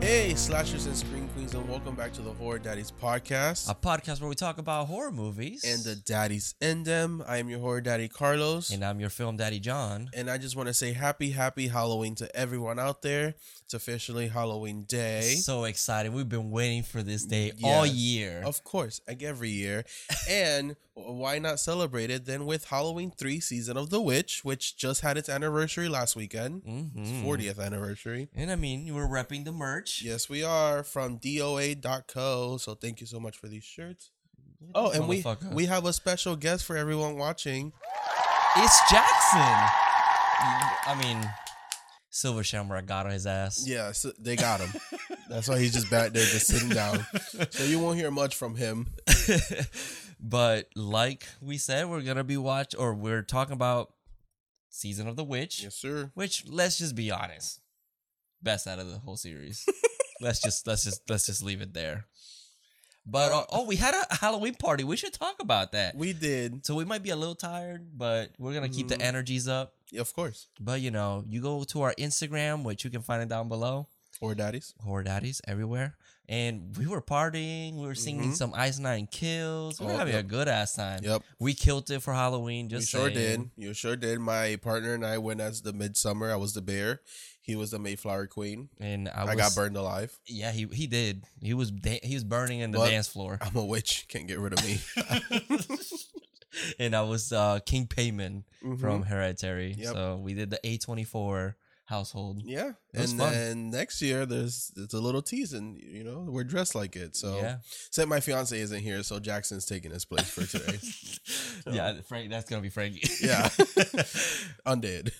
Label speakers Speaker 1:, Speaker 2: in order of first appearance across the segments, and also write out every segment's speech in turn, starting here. Speaker 1: Hey, slashers and screen queens, and welcome back to the Horror Daddies podcast
Speaker 2: a podcast where we talk about horror movies.
Speaker 1: and the daddies in them. I am your horror daddy, Carlos,
Speaker 2: and uh, I'm your film daddy John.
Speaker 1: and I just want to say happy, happy Halloween to everyone out there. It's officially Halloween Day.
Speaker 2: So excited! We've been waiting for this day all
Speaker 1: Yes.
Speaker 2: year.
Speaker 1: Of course, like every year. and why not celebrate it then with Halloween 3 Season of the Witch, which just had its anniversary last weekend, its
Speaker 2: Mhm.
Speaker 1: 40th anniversary.
Speaker 2: And I mean, you were repping the merch.
Speaker 1: Yes, we are from DOA.co. So thank you so much for these shirts. Oh, and we
Speaker 2: Motherfucker.
Speaker 1: we have a special guest for everyone watching.
Speaker 2: it's Jackson. I mean, Silver Shamrock got on his ass.
Speaker 1: Yeah, so they got him. That's why he's just back there, just sitting down. So you won't hear much from him.
Speaker 2: but like we said, we're gonna be watch or we're talking about season of the witch.
Speaker 1: Yes, sir.
Speaker 2: Which let's just be honest, best out of the whole series. let's just let's just let's just leave it there. But uh, oh, we had a Halloween party. We should talk about that.
Speaker 1: We did,
Speaker 2: So we might be a little tired, but we're gonna keep
Speaker 1: Mhm.
Speaker 2: the energies up.
Speaker 1: of course.
Speaker 2: But you know, you go to our Instagram, which you can find it down below.
Speaker 1: Or daddies.
Speaker 2: Horror Daddies everywhere, and we were partying. We were singing
Speaker 1: Mhm.
Speaker 2: some Ice Nine Kills. We were
Speaker 1: Oh,
Speaker 2: having
Speaker 1: yep.
Speaker 2: a good ass time.
Speaker 1: Yep,
Speaker 2: We killed it for Halloween.
Speaker 1: you
Speaker 2: Just
Speaker 1: sure
Speaker 2: saying.
Speaker 1: did. You sure did. My partner and I went as the Midsummer. I was the bear. He was the Mayflower Queen.
Speaker 2: and I,
Speaker 1: I,
Speaker 2: was,
Speaker 1: got burned alive.
Speaker 2: Yeah, he he did. He was da- he was burning in the
Speaker 1: But-
Speaker 2: dance floor.
Speaker 1: I'm a witch. Can't get rid of me.
Speaker 2: and I was uh, King Payman
Speaker 1: Mhm.
Speaker 2: from Hereditary.
Speaker 1: Yep.
Speaker 2: So we did the A24 household.
Speaker 1: yeah,
Speaker 2: It was
Speaker 1: and
Speaker 2: fun.
Speaker 1: then next year there's it's a little tease, and you know we're dressed like it. So
Speaker 2: Yeah.
Speaker 1: Except my fiance isn't here, so Jackson's taking his place for today.
Speaker 2: yeah, Frank, that's going to be Frankie.
Speaker 1: Yeah. Undead.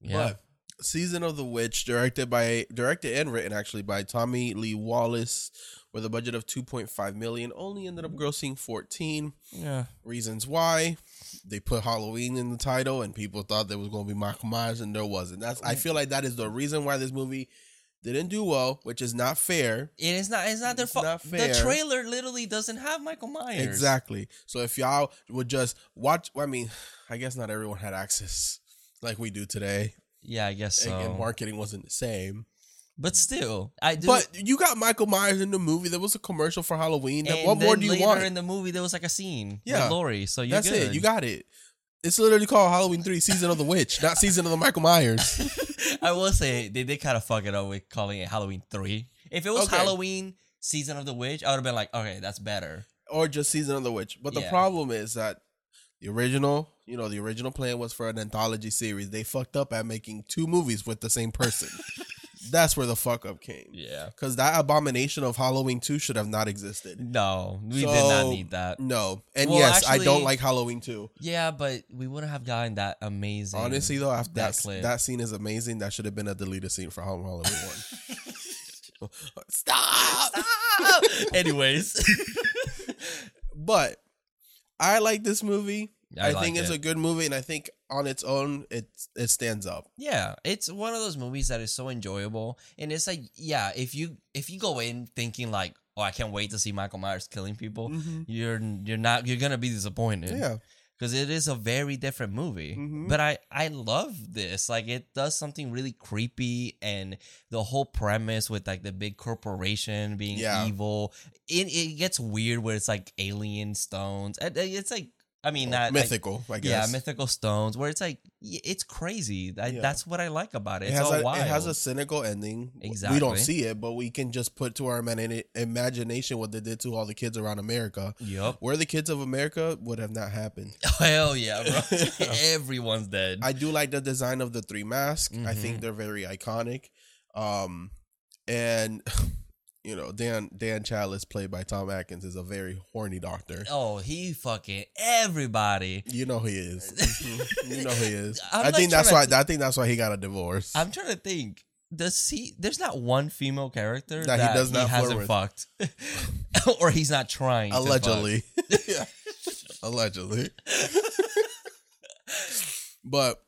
Speaker 2: yeah.
Speaker 1: But Season of the Witch, directed by directed and written actually by Tommy Lee Wallace, with a budget of 2.5 million, only ended up grossing 14.
Speaker 2: Yeah.
Speaker 1: Reasons why they put Halloween in the title, and people thought there was going to be Michael Myers, and there wasn't. That's I feel like that is the reason why this movie didn't do well, which is not fair.
Speaker 2: It is not, it's not their
Speaker 1: It's
Speaker 2: fault.
Speaker 1: not
Speaker 2: The
Speaker 1: fair.
Speaker 2: trailer literally doesn't have Michael Myers.
Speaker 1: Exactly. So if y'all would just watch, I mean, I guess not everyone had access like we do today,
Speaker 2: Yeah, I guess
Speaker 1: and- and
Speaker 2: so.
Speaker 1: marketing wasn't the same.
Speaker 2: But still, I do.
Speaker 1: But you got Michael Myers in the movie. There was a commercial for Halloween.
Speaker 2: and
Speaker 1: what more
Speaker 2: then
Speaker 1: do you
Speaker 2: later
Speaker 1: want?
Speaker 2: in the movie, there was like a scene
Speaker 1: Yeah.
Speaker 2: with Lori. So you're
Speaker 1: That's
Speaker 2: good.
Speaker 1: it. You got it. It's literally called Halloween Three: Season of the Witch, not Season of the Michael Myers.
Speaker 2: I will say they did kind of fuck it up with calling it Halloween 3. If it was
Speaker 1: Okay.
Speaker 2: Halloween Season of the Witch, I would have been like, okay, that's better.
Speaker 1: or just season of the witch. But the
Speaker 2: Yeah.
Speaker 1: problem is that the original, you know, the original plan was for an anthology series. They fucked up at making two movies with the same person. That's where the fuck up came.
Speaker 2: Yeah.
Speaker 1: Because that abomination of Halloween 2 should have not existed.
Speaker 2: No, we did not
Speaker 1: So-
Speaker 2: need that.
Speaker 1: No. And
Speaker 2: Well,
Speaker 1: yes, I don't
Speaker 2: actually-
Speaker 1: like Halloween 2.
Speaker 2: Yeah, but we wouldn't have gotten that amazing.
Speaker 1: Honestly, though, after that,
Speaker 2: That
Speaker 1: that,
Speaker 2: clip.
Speaker 1: scene is amazing. That should have been a deleted scene for Hall- Halloween 1. Stop!
Speaker 2: Anyways,
Speaker 1: But I like this movie. I, think it's
Speaker 2: it.
Speaker 1: a good movie, and I think on its own, it it stands up.
Speaker 2: yeah. It's one of those movies that is so enjoyable, and it's like yeah, if you if you go in thinking like, oh, I can't wait to see Michael Myers killing people, you're you're not you're gonna be disappointed.
Speaker 1: Mm. Yeah,
Speaker 2: because it is a very different movie.
Speaker 1: Mhm.
Speaker 2: But I I love this. Like it does something really creepy, and the whole premise with like the big corporation being
Speaker 1: Yeah.
Speaker 2: evil. It it gets weird where it's like alien stones. And it- It's like I mean not like-
Speaker 1: mythical, I
Speaker 2: yeah,
Speaker 1: guess.
Speaker 2: mythical stones. Where it's like y- it's crazy. I,
Speaker 1: Yeah.
Speaker 2: That's what I like about it.
Speaker 1: It
Speaker 2: It's
Speaker 1: has,
Speaker 2: all
Speaker 1: a,
Speaker 2: wild.
Speaker 1: it has a cynical ending. We
Speaker 2: Exactly.
Speaker 1: don't see it, but we can just put to our imagina- imagination what they did to all the kids around America.
Speaker 2: Yup.
Speaker 1: Where the kids of America would have not happened.
Speaker 2: Hell yeah, bro. Everyone's dead.
Speaker 1: I do like the design of the three masks. I
Speaker 2: Mhm.
Speaker 1: think they're very iconic. Um, and you know, Dan Dan Chalice, played by Tom Atkins, is a very horny doctor.
Speaker 2: oh, he fucking everybody.
Speaker 1: You know he is. Mhm. you know he is.
Speaker 2: I'm
Speaker 1: i
Speaker 2: not
Speaker 1: think that's why.
Speaker 2: trying
Speaker 1: I think that's why he got a divorce.
Speaker 2: I'm trying to think. Does he? There's not one female character
Speaker 1: That
Speaker 2: that,
Speaker 1: he does not flirt
Speaker 2: hasn't
Speaker 1: with.
Speaker 2: fucked, or he's not trying. to fuck.
Speaker 1: allegedly Yeah. allegedly but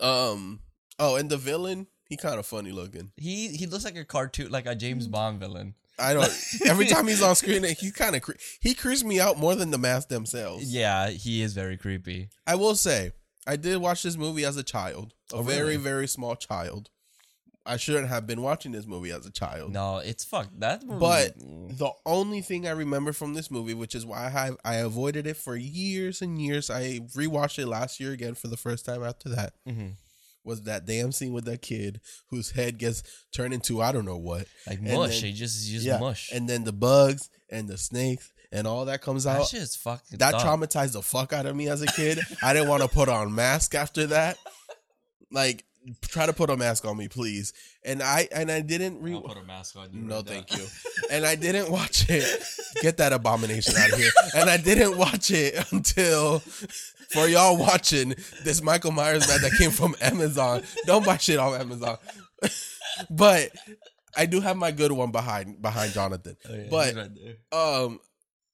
Speaker 1: um oh and the villain he kind of funny looking
Speaker 2: he he looks like a cartoon, like a James Bond villain.
Speaker 1: i don't every time he's on screen he kind of cre- he creeps me out more than the mask themselves
Speaker 2: Yeah, he is very creepy.
Speaker 1: i will say i did watch this movie as a child a
Speaker 2: Oh,
Speaker 1: very
Speaker 2: really?
Speaker 1: very small child I shouldn't have been watching this movie as a child.
Speaker 2: No, it's fucked. That movie- mm-hmm.
Speaker 1: But the only thing I remember from this movie, which is why I have I avoided it for years and years, I rewatched it last year again for the first time after that,
Speaker 2: Mhm.
Speaker 1: was that damn scene with that kid whose head gets turned into I don't know what.
Speaker 2: like
Speaker 1: and
Speaker 2: mush,
Speaker 1: then-
Speaker 2: it just it's just
Speaker 1: yeah,
Speaker 2: mush. And
Speaker 1: And then the bugs and the snakes and all that comes
Speaker 2: that
Speaker 1: out.
Speaker 2: shit is fucking.
Speaker 1: That
Speaker 2: dumb.
Speaker 1: traumatized the fuck out of me as a kid. I didn't want to put on mask after that. Like try to put a mask on me, please. And I and I didn't re-
Speaker 2: I'll put a mask on you.
Speaker 1: no,
Speaker 2: right now.
Speaker 1: thank you. And I didn't watch it. Get that abomination out of here. And I didn't watch it until for y'all watching this Michael Myers bag that came from Amazon. Don't buy shit on Amazon. but I do have my good one behind behind Jonathan.
Speaker 2: Oh, yeah,
Speaker 1: But-
Speaker 2: he's right there.
Speaker 1: Um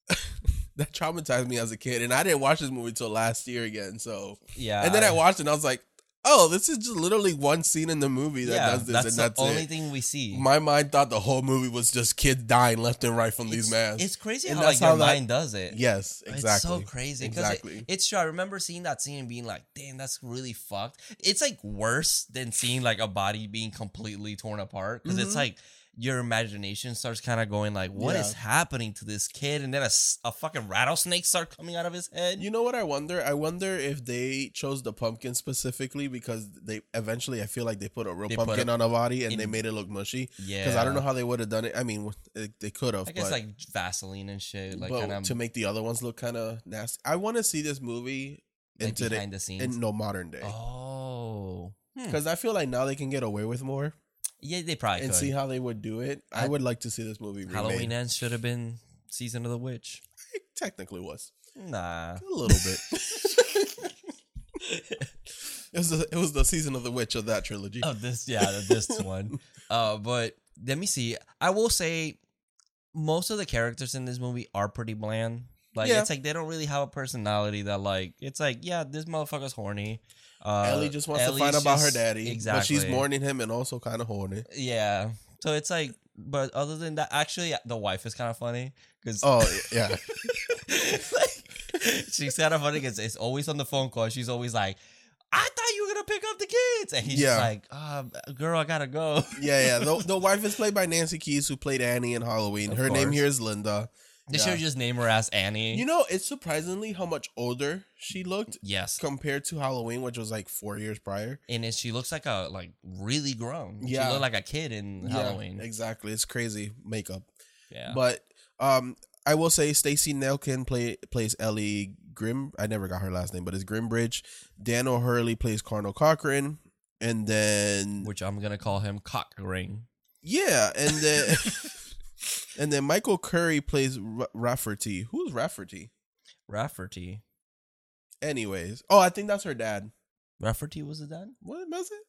Speaker 1: that traumatized me as a kid and I didn't watch this movie till last year again. So
Speaker 2: yeah,
Speaker 1: and then I watched it and I was like, "Oh, this is just literally one scene in the movie that
Speaker 2: yeah,
Speaker 1: does this
Speaker 2: that's
Speaker 1: and
Speaker 2: the
Speaker 1: that's
Speaker 2: only
Speaker 1: it."
Speaker 2: thing we see.
Speaker 1: My mind thought the whole movie was just kids dying left and right from these
Speaker 2: it's,
Speaker 1: masks.
Speaker 2: It's crazy
Speaker 1: And
Speaker 2: how
Speaker 1: that's
Speaker 2: like your
Speaker 1: how that-
Speaker 2: mind does it.
Speaker 1: yes, exactly.
Speaker 2: It's so crazy. 'cause
Speaker 1: Exactly.
Speaker 2: It, it's true. I remember seeing that scene and being like, damn, that's really fucked. It's like worse than seeing like a body being completely torn apart. because
Speaker 1: Mhm.
Speaker 2: it's like your imagination starts kind of going like, what is
Speaker 1: Yeah.
Speaker 2: happening to this kid? And then a, s- a fucking rattlesnake start coming out of his head.
Speaker 1: You know what I wonder? I wonder if they chose the pumpkin specifically because they eventually I feel like they put a real
Speaker 2: They put
Speaker 1: pumpkin
Speaker 2: a-
Speaker 1: on a body and
Speaker 2: in-
Speaker 1: they made it look mushy.
Speaker 2: yeah.
Speaker 1: Because I don't know how they would have done it. I mean, it, they could have,
Speaker 2: I
Speaker 1: but,
Speaker 2: guess like Vaseline and shit. Like
Speaker 1: but
Speaker 2: kind of
Speaker 1: to make the other ones look kind of nasty. I want to see this movie in
Speaker 2: like,
Speaker 1: today,
Speaker 2: behind the scenes.
Speaker 1: in no modern day,
Speaker 2: oh. Hmm.
Speaker 1: because I feel like now they can get away with more
Speaker 2: Yeah, they probably
Speaker 1: and
Speaker 2: could.
Speaker 1: see how they would do it. I,
Speaker 2: I-
Speaker 1: would like to see this movie.
Speaker 2: Halloween
Speaker 1: remade.
Speaker 2: ends should have been Season of the Witch.
Speaker 1: It technically was.
Speaker 2: Nah.
Speaker 1: A little bit. It was the, it was the season of the witch of that trilogy.
Speaker 2: Oh, this yeah, the- this one. Uh, but let me see. I will say most of the characters in this movie are pretty bland. Like
Speaker 1: Yeah.
Speaker 2: it's like they don't really have a personality that like it's like yeah, this motherfucker's horny. Uh,
Speaker 1: Ellie just wants
Speaker 2: Ellie's
Speaker 1: to find out about her
Speaker 2: just-
Speaker 1: daddy,
Speaker 2: Exactly.
Speaker 1: but she's mourning him and also kind of horny.
Speaker 2: Yeah. So it's like, but other than that, actually, the wife is kind of funny because
Speaker 1: Oh yeah,
Speaker 2: she's kind of funny because it's always on the phone call. She's always like, "I thought you were gonna pick up the kids," and he's
Speaker 1: Yeah.
Speaker 2: just like, "Um, "Girl, I gotta go."
Speaker 1: yeah, yeah. The, the wife is played by Nancy Keys, who played Annie in Halloween.
Speaker 2: Of
Speaker 1: her name
Speaker 2: course. Mm.
Speaker 1: here is Linda.
Speaker 2: They
Speaker 1: Yeah.
Speaker 2: should just name her as Annie.
Speaker 1: You know, it's surprisingly how much older she looked
Speaker 2: yes,
Speaker 1: compared to Halloween, which was like four years prior.
Speaker 2: and it, she looks like a like really grown.
Speaker 1: Yeah.
Speaker 2: she looked like a kid in Halloween.
Speaker 1: Yeah, exactly. It's crazy makeup.
Speaker 2: yeah,
Speaker 1: But um, I will say Stacy Nelkin play, plays Ellie Grim. I never got her last name, but it's Grimbridge. Dan O'Hurley plays Carnal Cochran, and then
Speaker 2: which I'm gonna call him cock ring.
Speaker 1: yeah, and then and then Michael Curry plays R- Rafferty. Who's Rafferty?
Speaker 2: Rafferty.
Speaker 1: Anyways, oh, I think that's her dad.
Speaker 2: Rafferty was it then?
Speaker 1: What was it?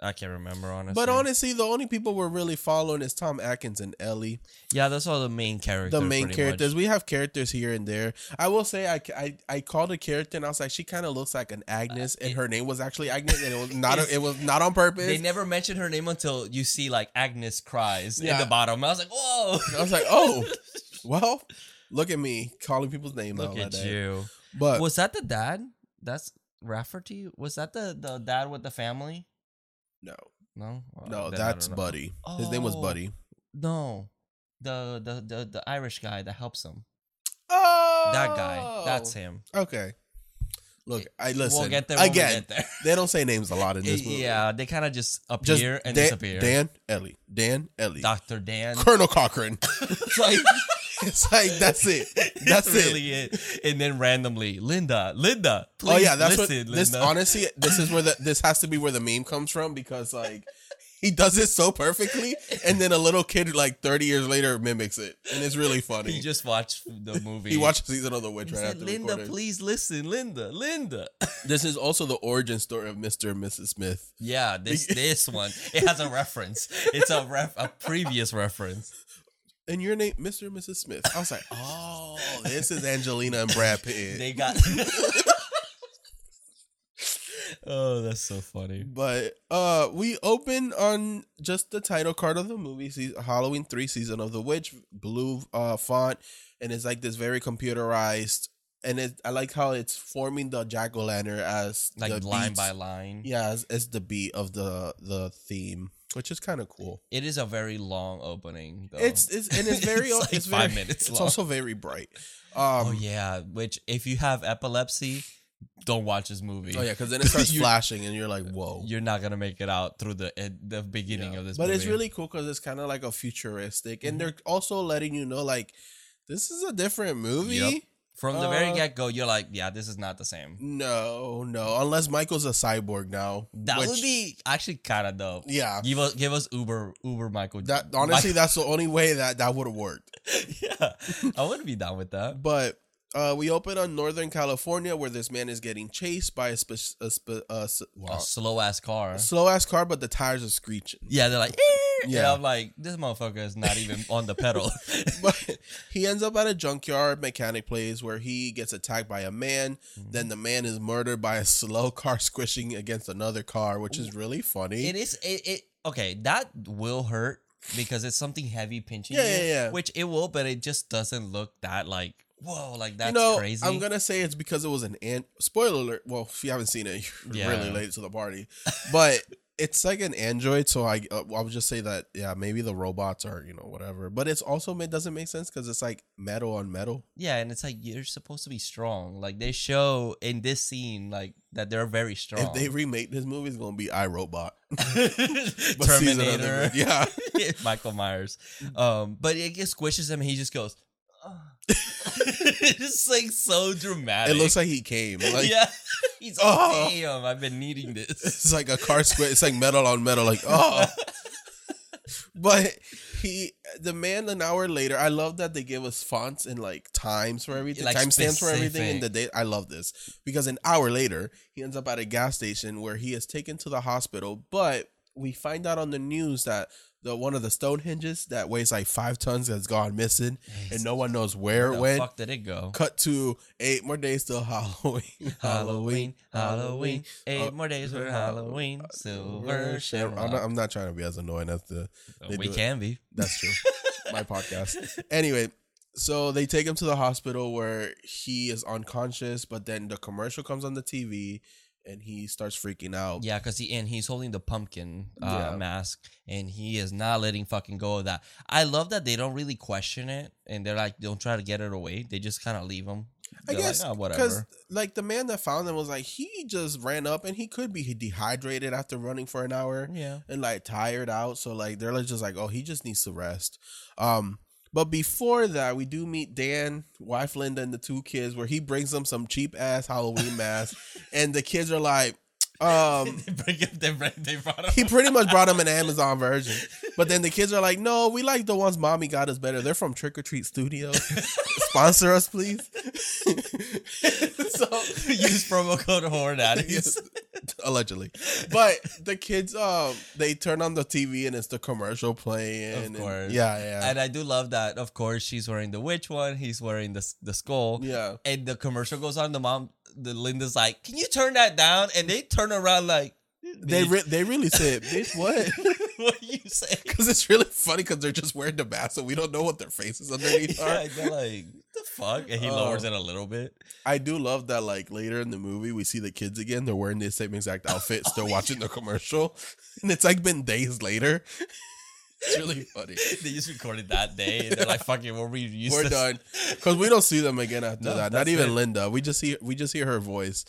Speaker 2: I can't remember honestly.
Speaker 1: But honestly, the only people we're really following is Tom Atkins and Ellie,
Speaker 2: yeah, that's all the main characters.
Speaker 1: the main
Speaker 2: pretty
Speaker 1: characters.
Speaker 2: much.
Speaker 1: We have characters here and there. I will say, I I, I called a character and I was like, she kind of looks like an Agnes, and
Speaker 2: it-
Speaker 1: her name was actually Agnes, and it was not
Speaker 2: It's-
Speaker 1: it was not on purpose.
Speaker 2: They never mentioned her name until you see like Agnes cries
Speaker 1: Yeah.
Speaker 2: in the bottom. I was like, whoa.
Speaker 1: I was like, oh, well, look at me calling people's names out
Speaker 2: Look
Speaker 1: like
Speaker 2: at
Speaker 1: that.
Speaker 2: you.
Speaker 1: But
Speaker 2: Was that the dad? That's Rafferty? Was that the, the dad with the family?
Speaker 1: no,
Speaker 2: No? Oh,
Speaker 1: no,
Speaker 2: then I
Speaker 1: that's
Speaker 2: don't know.
Speaker 1: Buddy. His name was
Speaker 2: Oh.
Speaker 1: Buddy.
Speaker 2: No. The, the the the Irish guy that helps him.
Speaker 1: Oh,
Speaker 2: That guy. That's him.
Speaker 1: Okay. Look, I Oh. listen
Speaker 2: we'll get there when
Speaker 1: again.
Speaker 2: we get there.
Speaker 1: They don't say names a lot in this movie.
Speaker 2: yeah, they kind of just
Speaker 1: just
Speaker 2: appear and
Speaker 1: Dan,
Speaker 2: disappear.
Speaker 1: Dan Ellie, Dan Ellie,
Speaker 2: Dr. Dan.
Speaker 1: Colonel Cochran.
Speaker 2: It's like
Speaker 1: it's like that's it. That's
Speaker 2: that's really it. And then randomly, Linda, Linda,
Speaker 1: Oh
Speaker 2: please
Speaker 1: yeah, that's
Speaker 2: listen,
Speaker 1: what this.
Speaker 2: Linda.
Speaker 1: Honestly, this is where the this has to be where the meme comes from because like he does it so perfectly, and then a little kid like thirty years later mimics it, and it's really funny.
Speaker 2: he
Speaker 1: He,
Speaker 2: just watched the movie.
Speaker 1: watched season of the witch
Speaker 2: He
Speaker 1: right
Speaker 2: said,
Speaker 1: after
Speaker 2: Linda,
Speaker 1: recording.
Speaker 2: please listen, Linda, Linda.
Speaker 1: This is also the origin story of Mister and Mrs. Smith.
Speaker 2: Yeah, this this one it has a reference. It's a ref a previous reference.
Speaker 1: And your name, Mister and Mrs. Smith. I was like, oh, this is Angelina and Brad Pitt.
Speaker 2: They got. oh, that's so funny.
Speaker 1: But uh we open on just the title card of the movie, se- Halloween 3 season of the witch, blue uh font and it's like this very computerized and it I like how it's forming the jack-o-lantern as
Speaker 2: Like
Speaker 1: the
Speaker 2: line
Speaker 1: beats-
Speaker 2: by line.
Speaker 1: Yeah, as, as the beat of the the theme. which is kind of cool.
Speaker 2: It is a very long opening. Though.
Speaker 1: It's it's and it's very
Speaker 2: It's like
Speaker 1: it's
Speaker 2: five
Speaker 1: very-
Speaker 2: minutes
Speaker 1: It's
Speaker 2: long.
Speaker 1: also very bright. Um,
Speaker 2: oh yeah, which if you have epilepsy, don't watch this movie.
Speaker 1: Oh yeah, because then it starts
Speaker 2: You-
Speaker 1: flashing, and you're like, "Whoa!"
Speaker 2: you're not gonna make it out through the eh, the beginning
Speaker 1: Yeah.
Speaker 2: of this.
Speaker 1: But it's
Speaker 2: movie.
Speaker 1: really cool because it's kind of like a futuristic,
Speaker 2: Mhm.
Speaker 1: and they're also letting you know like this is a different movie.
Speaker 2: Yep. from the very
Speaker 1: uh, Mm,
Speaker 2: get go. You're like, yeah, this is not the same.
Speaker 1: No, no, unless Michael's a cyborg now.
Speaker 2: That
Speaker 1: which-
Speaker 2: would be actually kind of dope.
Speaker 1: yeah.
Speaker 2: Give us give us Uber Uber Michael.
Speaker 1: That honestly, that's the only way that that would have worked.
Speaker 2: yeah, I would be down with that.
Speaker 1: But uh, we open on Northern California where this man is getting chased by a, spe- a, spe- a s-
Speaker 2: A slow ass car.
Speaker 1: slow ass car, but the tires are screeching.
Speaker 2: Yeah, they're like, yeah.
Speaker 1: Yeah.
Speaker 2: I'm like, this motherfucker is not even on the pedal.
Speaker 1: but he ends up at a junkyard mechanic place where he gets attacked by a man. Then the man is murdered by a slow car squishing against another car, which is really funny.
Speaker 2: it is it, it okay. That will hurt because it's something heavy pinching.
Speaker 1: Yeah,
Speaker 2: you,
Speaker 1: yeah, yeah.
Speaker 2: Which it will, but it just doesn't look that like whoa, like that's
Speaker 1: you know,
Speaker 2: crazy.
Speaker 1: I'm gonna say it's because it was an an spoiler alert. Well, if you haven't seen it, you're
Speaker 2: Yeah.
Speaker 1: really late to the party. But it's like an android, so I uh, I would just say that yeah, maybe the robots are you know whatever. But it's also it doesn't make sense because it's like metal on metal.
Speaker 2: yeah, and it's like you're supposed to be strong. Like they show in this scene, like that they're very strong.
Speaker 1: If they remake this movie, it's gonna be iRobot, but season of the
Speaker 2: Terminator,
Speaker 1: movie. Yeah,
Speaker 2: Michael Myers. Um, but it just squishes him, and he just goes. "Ah." it's like so dramatic.
Speaker 1: it looks like he came. Like,
Speaker 2: yeah. He's
Speaker 1: Oh.
Speaker 2: like, damn, I've been needing this.
Speaker 1: It's like a car square. It's like metal on metal. Like oh. But he, the man, an hour later. I love that they give us fonts and like times for everything,
Speaker 2: Like
Speaker 1: timestamps for everything,
Speaker 2: specific.
Speaker 1: and the date. I love this because an hour later he ends up at a gas station where he is taken to the hospital. But we find out on the news that the one of the stone hinges that weighs like five tons has gone missing, and no one knows where
Speaker 2: Where
Speaker 1: it
Speaker 2: the
Speaker 1: went.
Speaker 2: fuck did it go?
Speaker 1: Cut to eight more days till Halloween.
Speaker 2: Halloween, Halloween, eight
Speaker 1: Uh,
Speaker 2: more days for Halloween, silver
Speaker 1: I'm not,
Speaker 2: shamrock.
Speaker 1: I'm not trying to be as annoying as the. they
Speaker 2: We
Speaker 1: do it.
Speaker 2: can be.
Speaker 1: That's true. My podcast. Anyway, so they take him to the hospital where he is unconscious, but then the commercial comes on the TV and he starts freaking out.
Speaker 2: Yeah, because he and he's holding the pumpkin uh,
Speaker 1: Yeah.
Speaker 2: mask, and he is not letting fucking go of that. I love that they don't really question it, and they're like, don't try to get it away. They just kind of leave him.
Speaker 1: I
Speaker 2: They're like,
Speaker 1: guess
Speaker 2: "Ah,
Speaker 1: because like the man that found him was like he just ran up and he could be dehydrated after running for an hour
Speaker 2: Yeah,
Speaker 1: and like tired out. So like they're like just like oh he just needs to rest. Um, but before that we do meet Dan, wife Linda, and the two kids where he brings them some cheap ass Halloween mask, and the kids are like, um,
Speaker 2: they bring up they bring they brought up.
Speaker 1: he pretty much brought them an Amazon version. But then the kids are like, no, we like the ones mommy got us better. They're from Trick or Treat Studio. Sponsor us, please. so
Speaker 2: use promo code horn
Speaker 1: Yes, allegedly. But the kids, um, they turn on the TV and it's the commercial playing.
Speaker 2: Of
Speaker 1: and-
Speaker 2: course.
Speaker 1: yeah, yeah,
Speaker 2: And I do love that. Of course, she's wearing the witch one. He's wearing the the skull.
Speaker 1: yeah.
Speaker 2: And the commercial goes on. The mom, the Linda's like, "Can you turn that down?" And they turn around like,
Speaker 1: They
Speaker 2: "Bitch,
Speaker 1: re- they really said, bitch, what?
Speaker 2: what you say?"
Speaker 1: Because it's really funny because they're just wearing the mask, so we don't know what their faces underneath are.
Speaker 2: yeah, they're like, "What "The fuck?" And he
Speaker 1: Oh.
Speaker 2: lowers it a little bit.
Speaker 1: I do love that. Like later in the movie, we see the kids again. They're wearing the same exact outfit, still watching the commercial, and it's like been days later. it's really funny.
Speaker 2: They just recorded that day, and they're like, "Fuck it, we'll reuse
Speaker 1: We're
Speaker 2: this."
Speaker 1: done because we don't see them again after
Speaker 2: No,
Speaker 1: that. Not
Speaker 2: that's
Speaker 1: even
Speaker 2: it.
Speaker 1: Linda. We just see we just hear her voice.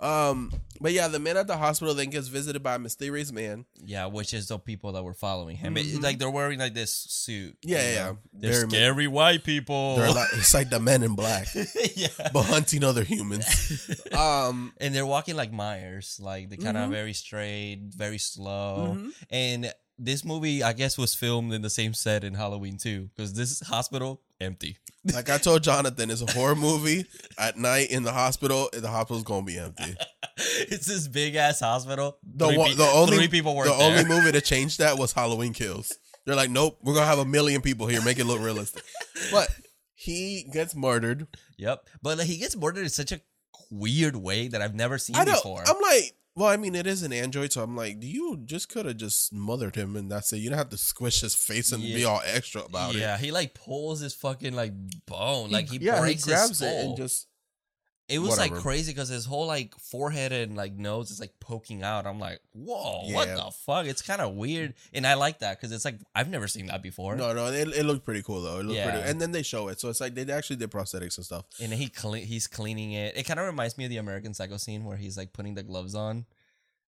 Speaker 1: Um, but yeah, the man at the hospital then gets visited by a mysterious man.
Speaker 2: Yeah, which is the people that were following him. It-
Speaker 1: Mhm.
Speaker 2: like they're wearing like this suit.
Speaker 1: Yeah,
Speaker 2: you
Speaker 1: yeah,
Speaker 2: know?
Speaker 1: yeah.
Speaker 2: They're
Speaker 1: Very mi-
Speaker 2: scary white people.
Speaker 1: They're like, it's like the Men in Black,
Speaker 2: yeah.
Speaker 1: but hunting other humans. Um,
Speaker 2: and they're walking like Myers, like they kind of
Speaker 1: Mhm.
Speaker 2: very straight, very
Speaker 1: Oh.
Speaker 2: slow.
Speaker 1: Mm-hmm.
Speaker 2: And this movie, I guess, was filmed in the same set in Halloween too, because this hospital empty.
Speaker 1: like I told Jonathan, it's a horror movie at night in the hospital. and The hospital's gonna be empty.
Speaker 2: it's this big ass hospital.
Speaker 1: The
Speaker 2: three,
Speaker 1: one-
Speaker 2: pe-
Speaker 1: the only-
Speaker 2: three people work
Speaker 1: the
Speaker 2: there.
Speaker 1: only movie to change that was Halloween Kills. They're like, nope, we're gonna have a million people here, make it look realistic. But he gets murdered.
Speaker 2: yep, but like, he gets murdered in such a weird way that I've never seen
Speaker 1: I don't.
Speaker 2: before.
Speaker 1: I'm like, well, I mean, it is an android, so I'm like, you just could have just smothered him, and that's it. You don't have to squish his face and be
Speaker 2: Yeah.
Speaker 1: all extra about it.
Speaker 2: yeah, he like pulls his fucking like bone, like he
Speaker 1: yeah,
Speaker 2: breaks
Speaker 1: he grabs
Speaker 2: his
Speaker 1: it
Speaker 2: skull.
Speaker 1: and just
Speaker 2: It was like
Speaker 1: Whatever.
Speaker 2: crazy because his whole like forehead and like nose is like poking out. I'm like, whoa, what
Speaker 1: Yeah.
Speaker 2: the fuck? It's kind of weird, and I like that because it's like I've never seen that before.
Speaker 1: No, no, it, it looked pretty cool though. It looked
Speaker 2: Yeah.
Speaker 1: pretty, and then they show it, so it's like they actually did prosthetics and stuff.
Speaker 2: And he cle- he's cleaning it. It kind of reminds me of the American Psycho scene where he's like putting the gloves on.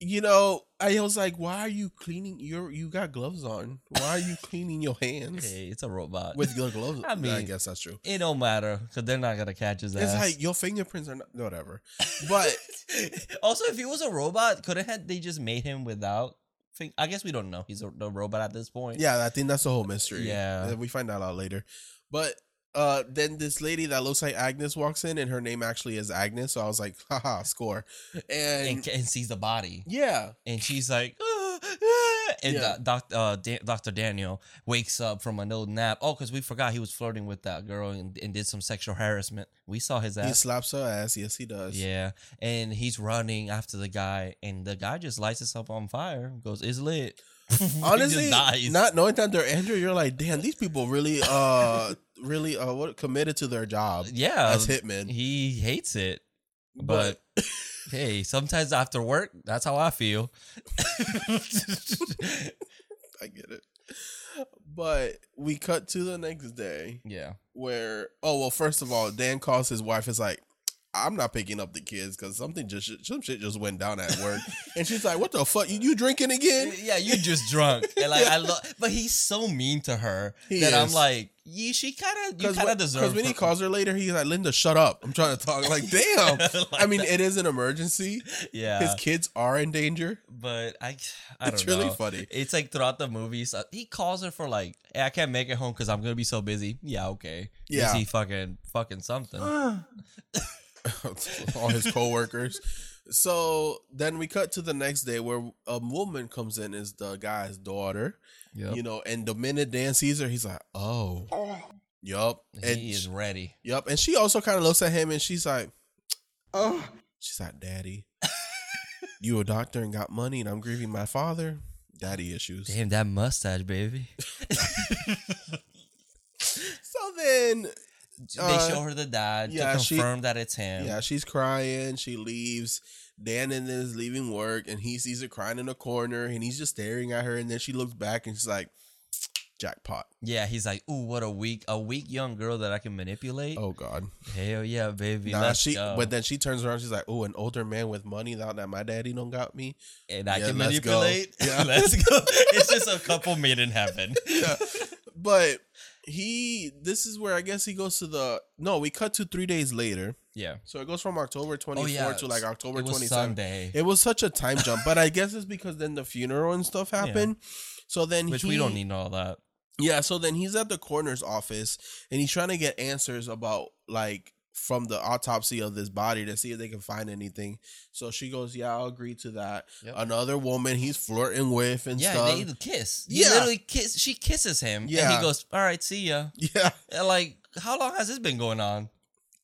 Speaker 1: You know, I was like, why are you cleaning your? You got gloves on. Why are you cleaning your hands
Speaker 2: Hey, it's a robot.
Speaker 1: with your gloves?
Speaker 2: I
Speaker 1: I mean, I
Speaker 2: mean,
Speaker 1: guess that's true.
Speaker 2: it don't matter because they're not gonna catch his ass.
Speaker 1: It's like your fingerprints are not whatever, but
Speaker 2: also, if he was a robot, couldn't had they just made him without? Think I guess we don't know. He's a, a robot at this point.
Speaker 1: yeah, I think that's the whole mystery.
Speaker 2: Yeah.
Speaker 1: Uh, we find that out later. But uh, then this lady that looks like Agnes walks in, and her name actually is Agnes. So I was like, haha, score,
Speaker 2: and,
Speaker 1: and
Speaker 2: and sees the body,
Speaker 1: yeah,
Speaker 2: and she's like, "Ah, ah," and
Speaker 1: Yeah.
Speaker 2: Doctor uh, da- Doctor Daniel wakes up from a little nap. Oh, because we forgot he was flirting with that girl and, and did some sexual harassment. We saw his
Speaker 1: he
Speaker 2: ass.
Speaker 1: slaps her ass. Yes, he does.
Speaker 2: Yeah, and he's running after the guy, and the guy just lights himself on fire. Goes, it's lit. He just
Speaker 1: Honestly,
Speaker 2: dies.
Speaker 1: not knowing that they're Andrew, you're like, damn, these people really, uh, really, uh, what committed to their job
Speaker 2: yeah,
Speaker 1: as hitmen.
Speaker 2: Um, he hates it.
Speaker 1: But
Speaker 2: hey, sometimes after work, that's how I feel.
Speaker 1: I get it. But we cut to the next day
Speaker 2: yeah.
Speaker 1: where, oh well, first of all, Dan calls his wife. Is like, I'm not picking up the kids because something just some shit just went down at work, and she's like, what the fuck? You, you drinking again?
Speaker 2: Yeah, you just drunk. And like I love but he's so mean to her
Speaker 1: He
Speaker 2: that I'm
Speaker 1: is.
Speaker 2: like, yeah, she kinda you
Speaker 1: Because
Speaker 2: kinda deserve
Speaker 1: when he
Speaker 2: her-
Speaker 1: calls her later, he's like, Linda, shut up. I'm trying to talk. Like, damn.
Speaker 2: Like
Speaker 1: I mean,
Speaker 2: that.
Speaker 1: it is an emergency.
Speaker 2: yeah.
Speaker 1: His kids are in danger.
Speaker 2: but I I don't
Speaker 1: It's really
Speaker 2: know.
Speaker 1: funny.
Speaker 2: It's like throughout the movies, uh, he calls her for like, "Hey, I can't make it home because I'm gonna be so busy." Yeah, okay.
Speaker 1: Yeah. Uh,
Speaker 2: Is he fucking fucking something?
Speaker 1: all his coworkers. So then we cut to the next day where a woman comes in is the guy's daughter,
Speaker 2: Yep.
Speaker 1: you know, and the minute Dan sees her, he's like, "Oh, yup," and
Speaker 2: he is
Speaker 1: sh-
Speaker 2: ready.
Speaker 1: yup, and she also kind of looks at him and she's like, "Oh," she's like, "Daddy, you a doctor and got money, and I'm grieving my father, daddy issues."
Speaker 2: Damn that mustache, baby.
Speaker 1: So then, Uh,
Speaker 2: they show her the dad
Speaker 1: yeah,
Speaker 2: to
Speaker 1: she-
Speaker 2: confirm that it's him.
Speaker 1: yeah, she's crying. She leaves. Dan and then is leaving work, and he sees her crying in a corner, and he's just staring at her. And then she looks back, and she's like, "Jackpot!
Speaker 2: Yeah, he's like, ooh, what a weak, a weak young girl that I can manipulate.
Speaker 1: Oh God!"
Speaker 2: Hell yeah, baby.
Speaker 1: Nah,
Speaker 2: let's
Speaker 1: she.
Speaker 2: go.
Speaker 1: But then she turns around, she's like, "Oh, an older man with money now that my daddy don't got me."
Speaker 2: and I
Speaker 1: yeah,
Speaker 2: can
Speaker 1: let's go.
Speaker 2: manipulate.
Speaker 1: Yeah.
Speaker 2: let's go. It's just a couple made in heaven.
Speaker 1: Yeah. but he. This is where I guess he goes to the. No, we cut to three days later,
Speaker 2: Yeah,
Speaker 1: so it goes from October twenty four
Speaker 2: yeah,
Speaker 1: to like October
Speaker 2: Oh, it was
Speaker 1: twenty seven.
Speaker 2: Sunday,
Speaker 1: It was such a time jump, but I guess it's because then the funeral and stuff happened. So then
Speaker 2: which
Speaker 1: he,
Speaker 2: we don't need all that.
Speaker 1: Yeah, so then he's at the coroner's office and he's trying to get answers about like from the autopsy of this body to see if they can find anything. So she goes, "Yeah, I'll agree to that."
Speaker 2: Yep.
Speaker 1: Another woman he's flirting with and
Speaker 2: Yeah,
Speaker 1: stuff.
Speaker 2: they either kiss. He
Speaker 1: Yeah.
Speaker 2: literally kiss. She kisses him, and
Speaker 1: Yeah.
Speaker 2: he goes, "All right, see ya."
Speaker 1: yeah,
Speaker 2: And like, how long has this been going on?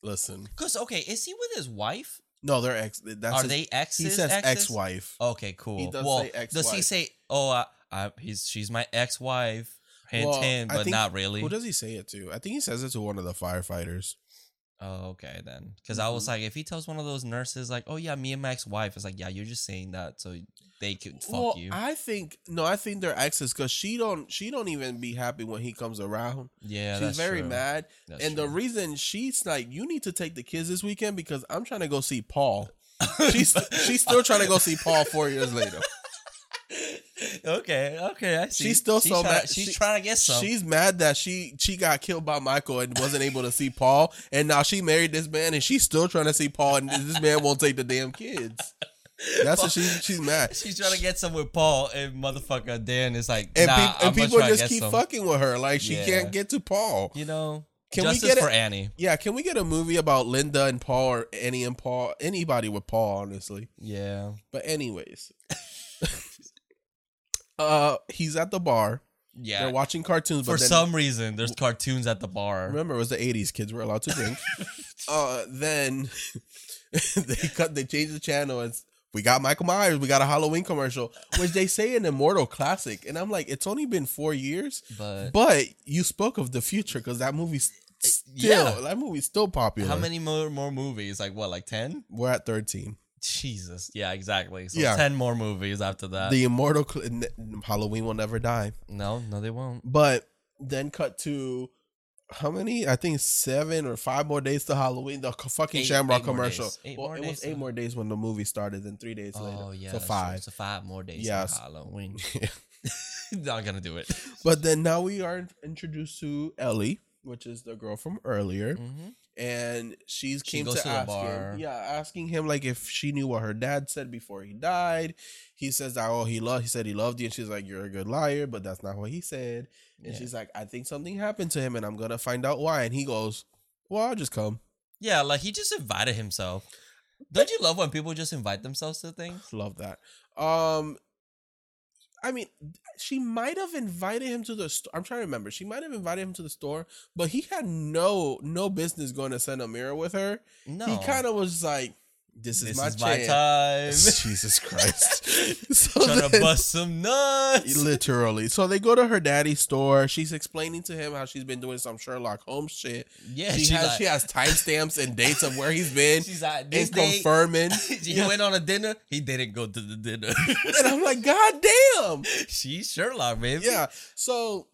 Speaker 1: listen,
Speaker 2: Cause okay, is he with his wife?
Speaker 1: no, they're ex. That's
Speaker 2: Are
Speaker 1: his-
Speaker 2: they exes?
Speaker 1: he says
Speaker 2: exes?
Speaker 1: ex-wife.
Speaker 2: Okay, cool.
Speaker 1: does
Speaker 2: well,
Speaker 1: say ex-wife.
Speaker 2: does he say, "Oh, I, I, he's she's my ex-wife"? Hint,
Speaker 1: Well,
Speaker 2: hint,
Speaker 1: I
Speaker 2: but
Speaker 1: think-
Speaker 2: not really.
Speaker 1: Who does he say it to? I think he says it to one of the firefighters.
Speaker 2: oh, okay then. Because I was
Speaker 1: Mm-hmm.
Speaker 2: like, if he tells one of those nurses, like, "Oh yeah, me and my ex-wife," it's like, yeah, you're just saying that so they could fuck
Speaker 1: well,
Speaker 2: you.
Speaker 1: I think no, I think they're exes because she don't she don't even be happy when he comes around.
Speaker 2: yeah,
Speaker 1: She's
Speaker 2: that's
Speaker 1: very
Speaker 2: true.
Speaker 1: mad.
Speaker 2: That's
Speaker 1: and the
Speaker 2: true.
Speaker 1: reason she's like, you need to take the kids this weekend because I'm trying to go see Paul. She's she's still trying to go see Paul four years later.
Speaker 2: okay, okay, I see.
Speaker 1: She's still so
Speaker 2: tryna-
Speaker 1: mad-
Speaker 2: She's
Speaker 1: she-
Speaker 2: trying to get some.
Speaker 1: She's mad that she she got killed by Michael and wasn't able to see Paul, and now she married this man and she's still trying to see Paul, and this man won't take the damn kids. That's what she she's mad.
Speaker 2: She's trying to get some with Paul and motherfucker Dan is like,
Speaker 1: And,
Speaker 2: nah,
Speaker 1: peop- and
Speaker 2: I'm gonna
Speaker 1: people
Speaker 2: try to
Speaker 1: just
Speaker 2: get
Speaker 1: keep
Speaker 2: some.
Speaker 1: fucking with her, like she
Speaker 2: Yeah.
Speaker 1: can't get to Paul.
Speaker 2: You know,
Speaker 1: Can we
Speaker 2: justice
Speaker 1: get
Speaker 2: for
Speaker 1: it-
Speaker 2: Annie.
Speaker 1: Yeah, can we get a movie about Linda and Paul or Annie and Paul? Anybody with Paul, honestly.
Speaker 2: Yeah,
Speaker 1: But anyways, uh, he's at the bar.
Speaker 2: yeah.
Speaker 1: They're watching cartoons.
Speaker 2: For
Speaker 1: but then,
Speaker 2: some reason, there's cartoons at the bar.
Speaker 1: remember, it was the '80s. Kids were allowed to drink. uh, then they cut. They changed the channel. It's we got Michael Myers. We got a Halloween commercial, which they say an immortal classic. And I'm like, it's only been four years,
Speaker 2: But
Speaker 1: but you spoke of the future because that movie's Still,
Speaker 2: Uh, yeah.
Speaker 1: that movie's still popular.
Speaker 2: How many more more movies? Like what? Like ten?
Speaker 1: We're at thirteen.
Speaker 2: Jesus. Yeah, exactly. So
Speaker 1: Yeah.
Speaker 2: ten more movies after that.
Speaker 1: the immortal cl- n- Halloween will never die.
Speaker 2: no, no, they won't.
Speaker 1: But then cut to how many? I think seven or five more days to Halloween. The c- fucking
Speaker 2: Eight-
Speaker 1: Shamrock
Speaker 2: eight more
Speaker 1: commercial.
Speaker 2: days. Eight
Speaker 1: well,
Speaker 2: more
Speaker 1: it
Speaker 2: days
Speaker 1: was
Speaker 2: to-
Speaker 1: eight more days when the movie started, and three days
Speaker 2: Oh
Speaker 1: later,
Speaker 2: yeah.
Speaker 1: so
Speaker 2: that's true.
Speaker 1: five.
Speaker 2: So five more days.
Speaker 1: Yeah,
Speaker 2: Yes.
Speaker 1: so-
Speaker 2: Halloween. Not gonna do it.
Speaker 1: but then now we are introduced to Ellie, which is the girl from earlier,
Speaker 2: Mhm.
Speaker 1: and she's
Speaker 2: She
Speaker 1: came
Speaker 2: goes
Speaker 1: to,
Speaker 2: to the
Speaker 1: ask
Speaker 2: bar.
Speaker 1: him, yeah, asking him like if she knew what her dad said before he died. He says that oh he loved, he said he loved you, and she's like you're a good liar, but that's not what he said. And
Speaker 2: Yeah.
Speaker 1: she's like, I think something happened to him and I'm going to find out why. And he goes, Well, I'll just come.
Speaker 2: yeah, like he just invited himself. Don't you love when people just invite themselves to things?
Speaker 1: Love that. Um, I mean, she might have invited him to the store. I'm trying to remember. She might have invited him to the store, but he had no no business going to send a mirror with her.
Speaker 2: No.
Speaker 1: He kind of was like, This is
Speaker 2: This
Speaker 1: my
Speaker 2: is my
Speaker 1: chance."
Speaker 2: time.
Speaker 1: Jesus Christ. so
Speaker 2: Trying to
Speaker 1: then-
Speaker 2: bust some nuts.
Speaker 1: Literally. So they go to her daddy's store. She's explaining to him how she's been doing some Sherlock Holmes shit.
Speaker 2: Yeah,
Speaker 1: she,
Speaker 2: she's
Speaker 1: has,
Speaker 2: like-
Speaker 1: she has timestamps and dates of where he's been
Speaker 2: She's like, this
Speaker 1: and
Speaker 2: day,
Speaker 1: confirming.
Speaker 2: he
Speaker 1: Yeah.
Speaker 2: went on a dinner. He didn't go to the dinner.
Speaker 1: And I'm like, God damn.
Speaker 2: She's Sherlock, baby.
Speaker 1: Yeah. So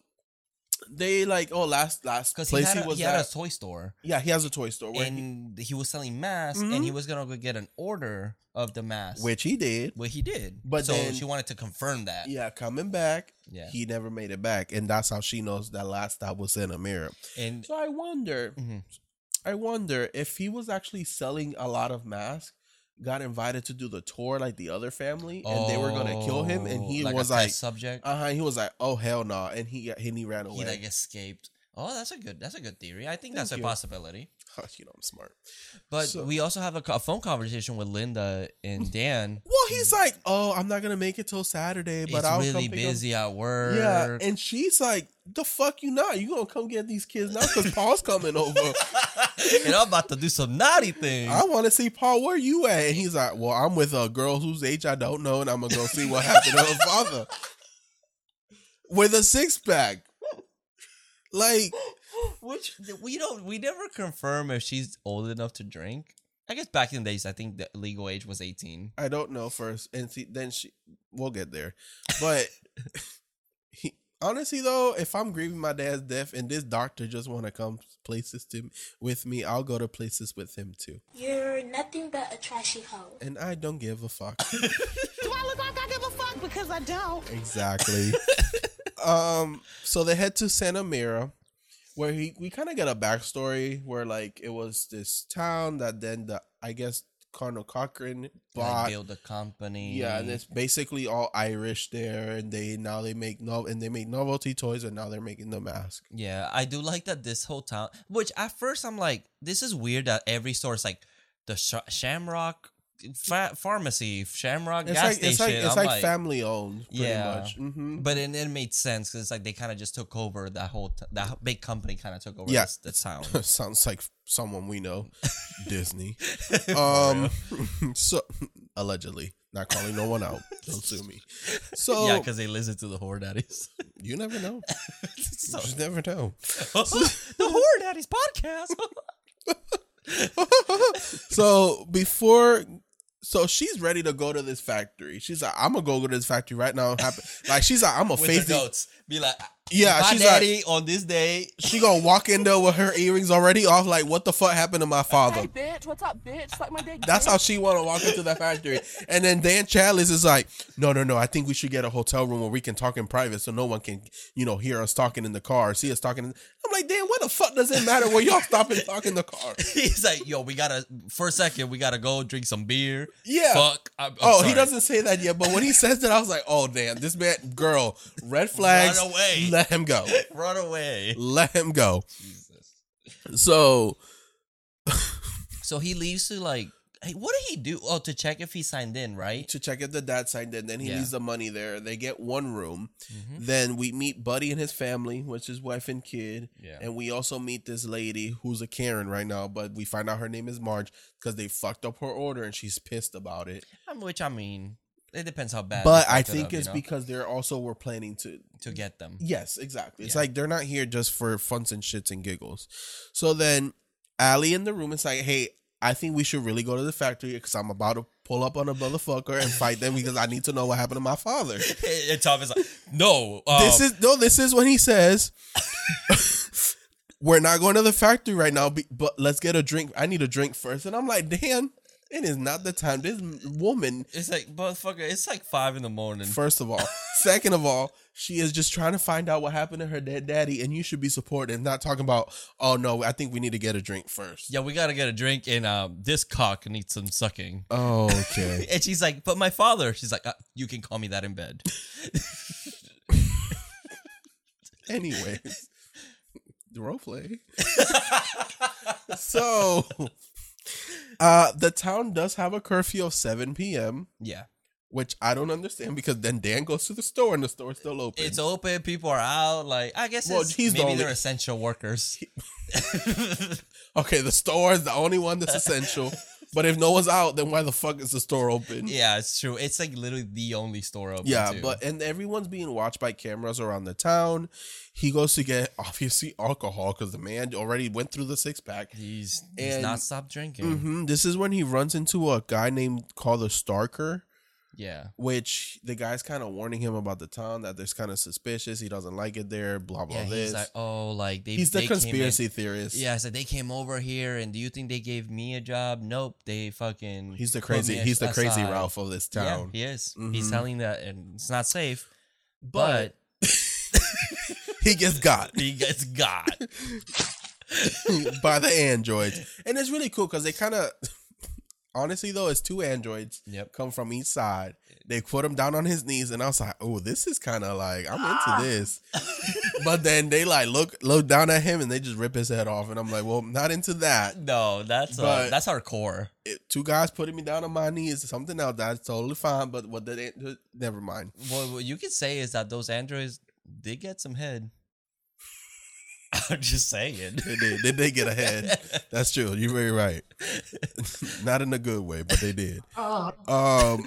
Speaker 1: they like, oh, last last
Speaker 2: because
Speaker 1: place
Speaker 2: he,
Speaker 1: he,
Speaker 2: had a,
Speaker 1: was
Speaker 2: he had
Speaker 1: at-
Speaker 2: a toy store
Speaker 1: yeah, he has a toy store where he,
Speaker 2: and he was selling masks,
Speaker 1: Mhm.
Speaker 2: and he was gonna go get an order of the mask,
Speaker 1: which he did.
Speaker 2: what he did.
Speaker 1: But
Speaker 2: so
Speaker 1: then-
Speaker 2: she wanted to confirm that.
Speaker 1: Yeah, coming back.
Speaker 2: Yeah.
Speaker 1: He never made it back. And that's how she knows that last stop was in a mirror.
Speaker 2: and
Speaker 1: So I wonder,
Speaker 2: Mhm.
Speaker 1: I wonder if he was actually selling a lot of masks, got invited to do the tour like the other family, and they were gonna kill him, and
Speaker 2: Oh,
Speaker 1: he
Speaker 2: like a
Speaker 1: was
Speaker 2: test
Speaker 1: like,
Speaker 2: subject.
Speaker 1: uh huh, he was like, oh hell no, and he and he ran away.
Speaker 2: he like escaped. Oh, that's a good. That's a good theory. I think that's
Speaker 1: Thank
Speaker 2: a
Speaker 1: you.
Speaker 2: possibility.
Speaker 1: you know, I'm smart.
Speaker 2: But
Speaker 1: So-
Speaker 2: we also have a, co- a phone conversation with Linda and Dan.
Speaker 1: Well, he's like, oh, I'm not gonna make it till Saturday, but
Speaker 2: Mm. it's
Speaker 1: I'll
Speaker 2: really
Speaker 1: come pick 'em."
Speaker 2: busy at work.
Speaker 1: Yeah, and she's like, the fuck you not? You gonna come get these kids now? Cause Paul's coming over.
Speaker 2: and I'm about to do some naughty things.
Speaker 1: I want to see Paul. Where you at? And he's like, "Well, I'm with a girl whose age I don't know, and I'm gonna go see what happened to her father with a six pack." Like,
Speaker 2: Which we don't, we never confirm if she's old enough to drink. I guess back in the days, I think the legal age was 18.
Speaker 1: I don't know first, and see, then she. We'll get there, but he, honestly, though, if I'm grieving my dad's death, and this doctor just want to come places to with me, I'll go to places with him too,
Speaker 3: You're nothing but a trashy hoe.
Speaker 1: and I don't give a fuck.
Speaker 4: Do I look like I give a fuck? Because I don't.
Speaker 1: Exactly. um, so they head to Santa Mira, where he we kind of get a backstory where like it was this town that then the I guess Cardinal Cochrane
Speaker 2: Like
Speaker 1: bought.
Speaker 2: build a company.
Speaker 1: yeah, and it's basically all Irish there, and they now they make no and they make novelty toys, and now they're making the mask.
Speaker 2: Yeah, I do like that this whole town, which at first I'm like, this is weird that every store is like the sh- Shamrock fa- Pharmacy, Shamrock
Speaker 1: It's
Speaker 2: Gas
Speaker 1: like
Speaker 2: Station.
Speaker 1: it's like
Speaker 2: I'm
Speaker 1: it's like, family owned, pretty
Speaker 2: Yeah.
Speaker 1: much. hmm
Speaker 2: But it, it made sense because like they kind of just took over that whole t- that big company kind of took over
Speaker 1: Yeah.
Speaker 2: this, the town.
Speaker 1: Sounds like someone we know, Disney.
Speaker 2: For
Speaker 1: Um,
Speaker 2: real.
Speaker 1: so allegedly, not calling no one out. Don't sue me. So
Speaker 2: yeah, because they listen to the whore daddies.
Speaker 1: you never know.
Speaker 2: So-
Speaker 1: You just never know.
Speaker 2: the Horror Daddies podcast.
Speaker 1: so before, so she's ready to go to this factory. She's like, I'm gonna go to this factory right now. Happen- Like she's like, I'm gonna
Speaker 2: With
Speaker 1: face
Speaker 2: the
Speaker 1: the.
Speaker 2: goats. Be like,
Speaker 1: Yeah,
Speaker 2: my
Speaker 1: she's like,
Speaker 2: daddy on this day.
Speaker 1: she gonna walk in there with her earrings already off. Like, what the fuck happened to my father?
Speaker 4: bitch, what's up, bitch? Like my dick.
Speaker 1: That's how she want to walk into the factory. And then Dan Chalice is like, no, no, no. I think we should get a hotel room where we can talk in private so no one can, you know, hear us talking in the car or see us talking. In- I'm like, Dan, what the fuck does it matter where y'all stop and talk in the car?
Speaker 2: He's like, yo, we gotta for a second, we gotta go drink some beer.
Speaker 1: Yeah.
Speaker 2: Fuck. I'm, I'm
Speaker 1: Oh,
Speaker 2: sorry.
Speaker 1: he doesn't say that yet, but when he says that, I was like, "Oh damn, this man, girl, red flags.
Speaker 2: Run away.
Speaker 1: Let him go.
Speaker 2: run away.
Speaker 1: Let him go." So
Speaker 2: So he leaves to like, hey, what did he do? Oh, to check if he signed in, right?
Speaker 1: to check if the dad signed in, then he
Speaker 2: Yeah.
Speaker 1: leaves the money there. They get one room.
Speaker 2: Mm-hmm.
Speaker 1: Then we meet Buddy and his family, which is wife and kid.
Speaker 2: Yeah.
Speaker 1: And we also meet this lady who's a Karen right now, but we find out her name is Marge because they fucked up her order and she's pissed about it.
Speaker 2: Um, Which I mean, It depends how bad.
Speaker 1: But
Speaker 2: they
Speaker 1: I
Speaker 2: fucked it
Speaker 1: think
Speaker 2: up, you
Speaker 1: it's
Speaker 2: know,
Speaker 1: because they're also were planning to.
Speaker 2: to get them.
Speaker 1: Yes, exactly. It's
Speaker 2: Yeah.
Speaker 1: like they're not here just for funs and shits and giggles. So then Allie in the room is like, hey, I think we should really go to the factory because I'm about to pull up on a motherfucker and fight them because I need to know what happened to my father.
Speaker 2: And Tom is like, no. Uh,
Speaker 1: This is no. This is when he says, "We're not going to the factory right now, be- but let's get a drink. I need a drink first. And I'm like, "Dan, it is not the time." This woman,
Speaker 2: It's like motherfucker. It's like five in the morning.
Speaker 1: first of all, second of all, she is just trying to find out what happened to her dead daddy, and you should be supportive, not talking about, "Oh no, I think we need to get a drink first.
Speaker 2: yeah, we gotta get a drink, and um, this cock needs some sucking.
Speaker 1: Oh, okay.
Speaker 2: And she's like, but my father. She's like, uh, you can call me that in bed.
Speaker 1: Anyways, role play. so, uh, the town does have a curfew of 7 p.m.
Speaker 2: yeah,
Speaker 1: which I don't understand because then Dan goes to the store and the store's still open.
Speaker 2: it's open. People are out. Like, I guess.
Speaker 1: Well,
Speaker 2: it's,
Speaker 1: he's the
Speaker 2: maybe
Speaker 1: only-
Speaker 2: they're essential workers.
Speaker 1: okay, the store is the only one that's essential. but if no one's out, then why the fuck is the store open?
Speaker 2: yeah, it's true. It's like literally the only store open.
Speaker 1: Yeah,
Speaker 2: too.
Speaker 1: but and everyone's being watched by cameras around the town. He goes to get obviously alcohol because the man already went through the six pack.
Speaker 2: he's he's
Speaker 1: And-
Speaker 2: not stopped drinking.
Speaker 1: hmm This is when he runs into a guy named called the Starker,
Speaker 2: Yeah.
Speaker 1: which the guy's kind of warning him about the town that there's kind of suspicious. He doesn't like it there. Blah blah.
Speaker 2: Yeah,
Speaker 1: this.
Speaker 2: he's like, oh, like they.
Speaker 1: he's the
Speaker 2: they came in-
Speaker 1: conspiracy theorist.
Speaker 2: Yeah, so they came over here, and do you think they gave me a job? Nope, they fucking.
Speaker 1: He's the
Speaker 2: put me
Speaker 1: crazy. He's the crazy
Speaker 2: aside.
Speaker 1: Ralph of this town.
Speaker 2: Yeah, he is.
Speaker 1: Mhm.
Speaker 2: He's telling that, and it's not safe. But,
Speaker 1: He gets got
Speaker 2: he gets got.
Speaker 1: by the androids, and it's really cool because they kind of, honestly though, it's two androids
Speaker 2: Yep.
Speaker 1: come from each side. They put him down on his knees, and I was like, "Oh, this is kind of like I'm
Speaker 2: Ah.
Speaker 1: into this." but then they like look look down at him, and they just rip his head off, and I'm like, "Well, I'm not into that."
Speaker 2: No, that's
Speaker 1: But-
Speaker 2: uh, that's our core.
Speaker 1: It- two guys putting me down on my knees is something else that's totally fine. But what they never mind.
Speaker 2: What, what you could say is that those androids did get some head. I'm just saying.
Speaker 1: They did. They did get ahead. That's true. You're very right. Not in a good way, but they did. Um,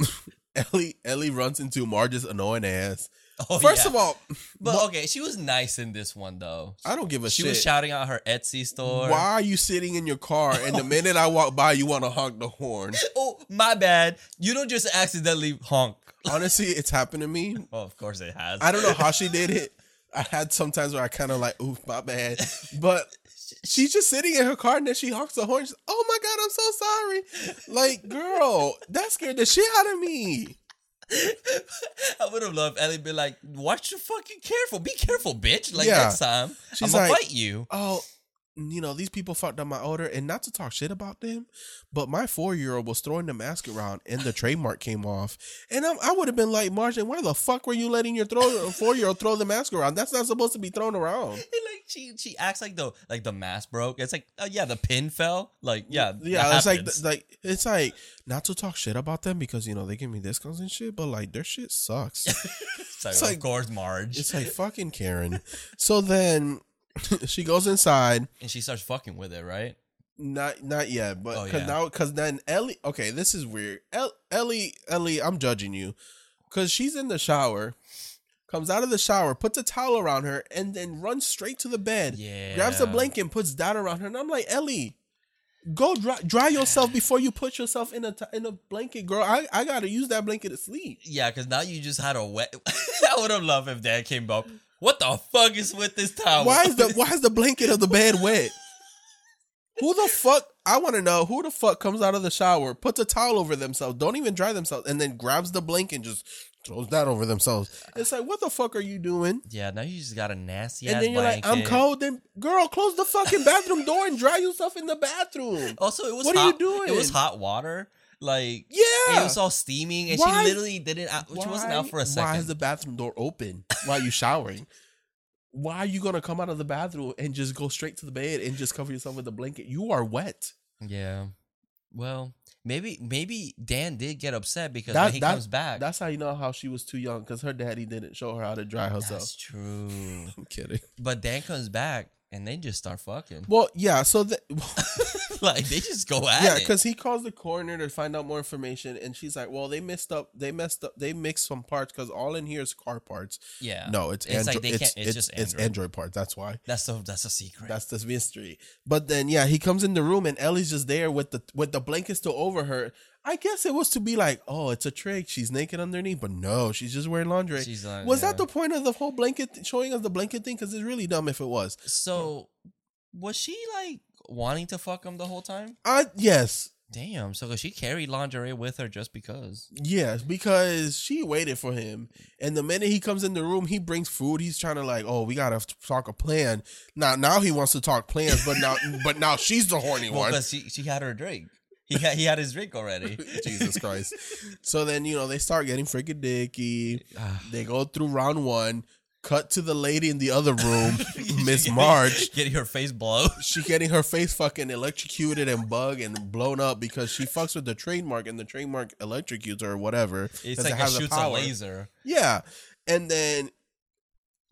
Speaker 1: Ellie Ellie runs into Marge's annoying ass.
Speaker 2: Oh,
Speaker 1: First
Speaker 2: yeah.
Speaker 1: of all,
Speaker 2: but okay, she was nice in this one though.
Speaker 1: I don't give a
Speaker 2: She
Speaker 1: shit.
Speaker 2: was shouting out her Etsy store.
Speaker 1: Why are you sitting in your car? And the minute I walk by, you want to honk the horn.
Speaker 2: Oh, my bad. You don't just accidentally honk.
Speaker 1: Honestly, it's happened to me.
Speaker 2: Oh, of course it has.
Speaker 1: I don't know how she did it. I had sometimes where I kind of like, oof, my bad. But she's just sitting in her car and then she honks the horn. She's, oh my god, I'm so sorry. Like, girl, that scared the shit out of me.
Speaker 2: I would have loved Ellie to be like, "Watch your fucking careful. Be careful, bitch. Like
Speaker 1: Yeah.
Speaker 2: next time,
Speaker 1: She's
Speaker 2: I'm gonna
Speaker 1: like-
Speaker 2: fight you."
Speaker 1: oh, you know, these people fucked up my order, and not to talk shit about them, but my four year old was throwing the mask around, and the trademark came off, and I'm, I would have been like, Margin, why the fuck were you letting your throw four year old throw the mask around? That's not supposed to be thrown around.
Speaker 2: And, like she she acts like the like the mask broke. It's like, oh yeah, the pin fell. Like yeah,
Speaker 1: Yeah,
Speaker 2: that
Speaker 1: it's like
Speaker 2: happens.
Speaker 1: like it's like not to talk shit about them because you know they give me discounts and shit, but like their shit sucks.
Speaker 2: it's like,
Speaker 1: it's
Speaker 2: of
Speaker 1: like-
Speaker 2: course, Marge,
Speaker 1: it's like fucking Karen. So then she goes inside.
Speaker 2: and she starts fucking with it, right?
Speaker 1: Not not yet, but
Speaker 2: Oh,
Speaker 1: because
Speaker 2: yeah.
Speaker 1: now because then Ellie. Okay, this is weird. El, Ellie, Ellie, I'm judging you because she's in the shower, comes out of the shower, puts a towel around her, and then runs straight to the bed.
Speaker 2: Yeah.
Speaker 1: grabs a blanket and puts that around her, and I'm like, Ellie, go dry, dry yourself before you put yourself in a t- in a blanket, girl. I I gotta use that blanket to sleep.
Speaker 2: Yeah, because now you just had a wet. I would have loved if Dad came up. What the fuck is with this towel?
Speaker 1: Why is the why is the blanket of the bed wet? Who the fuck? I want to know who the fuck comes out of the shower, puts a towel over themselves, don't even dry themselves, and then grabs the blanket and just throws that over themselves. It's like, what the fuck are you doing?
Speaker 2: Yeah, now you just got a nasty.
Speaker 1: and
Speaker 2: ass
Speaker 1: then you're like, I'm
Speaker 2: blanket.
Speaker 1: cold. Then girl, close the fucking bathroom door and dry yourself in the bathroom.
Speaker 2: Also, it was
Speaker 1: What are you
Speaker 2: hot.
Speaker 1: doing?
Speaker 2: It was hot water. Like
Speaker 1: Yeah.
Speaker 2: it was all steaming, and
Speaker 1: Why-
Speaker 2: she literally didn't. Out, she wasn't out for a second.
Speaker 1: Why is the bathroom door open while you showering? Why are you gonna come out of the bathroom and just go straight to the bed and just cover yourself with a blanket? You are wet.
Speaker 2: yeah. Well, maybe maybe Dan did get upset because
Speaker 1: That-
Speaker 2: when he
Speaker 1: that-
Speaker 2: comes back,
Speaker 1: That's how you know how she was too young because her daddy didn't show her how to dry herself.
Speaker 2: that's true.
Speaker 1: I'm kidding.
Speaker 2: But Dan comes back, and they just start fucking.
Speaker 1: Well, yeah. So the,
Speaker 2: like they just go at
Speaker 1: yeah,
Speaker 2: it.
Speaker 1: because he calls the coroner to find out more information, and she's like, "Well, they messed up. They messed up. They mixed some parts because all in here is car parts.
Speaker 2: yeah,
Speaker 1: No, it's
Speaker 2: It's
Speaker 1: Android.
Speaker 2: like they
Speaker 1: it's,
Speaker 2: can't- it's
Speaker 1: it's-
Speaker 2: just
Speaker 1: it's
Speaker 2: Android.
Speaker 1: Android parts. That's why.
Speaker 2: that's the that's a secret.
Speaker 1: That's the mystery. But then, yeah, he comes in the room, and Ellie's just there with the with the blanket still over her. I guess it was to be like, oh, it's a trick. She's naked underneath, but no, she's just wearing laundry.
Speaker 2: She's like,
Speaker 1: was
Speaker 2: yeah.
Speaker 1: that the point of the whole blanket th- showing us the blanket thing? Because it's really dumb if it was.
Speaker 2: so? Was she like wanting to fuck him the whole time?
Speaker 1: I yes,
Speaker 2: Damn. So 'cause she carried lingerie with her just because.
Speaker 1: Yes, because she waited for him, and the minute he comes in the room, he brings food. He's trying to like, oh, we gotta f- talk a plan. Now, now he wants to talk plans, but now, but now she's the horny
Speaker 2: Well,
Speaker 1: one.
Speaker 2: because she she had her drink. He had, he had his drink already.
Speaker 1: Jesus Christ! So then you know they start getting freaking dicky.
Speaker 2: Ah.
Speaker 1: They go through round one. Cut to the lady in the other room, Miss March.
Speaker 2: getting her face blown.
Speaker 1: She getting her face fucking electrocuted and bug and blown up because she fucks with the trademark and the trademark electrocutes her or whatever.
Speaker 2: It's
Speaker 1: 'cause
Speaker 2: like it
Speaker 1: has the
Speaker 2: shoots a
Speaker 1: power.
Speaker 2: laser.
Speaker 1: Yeah. And then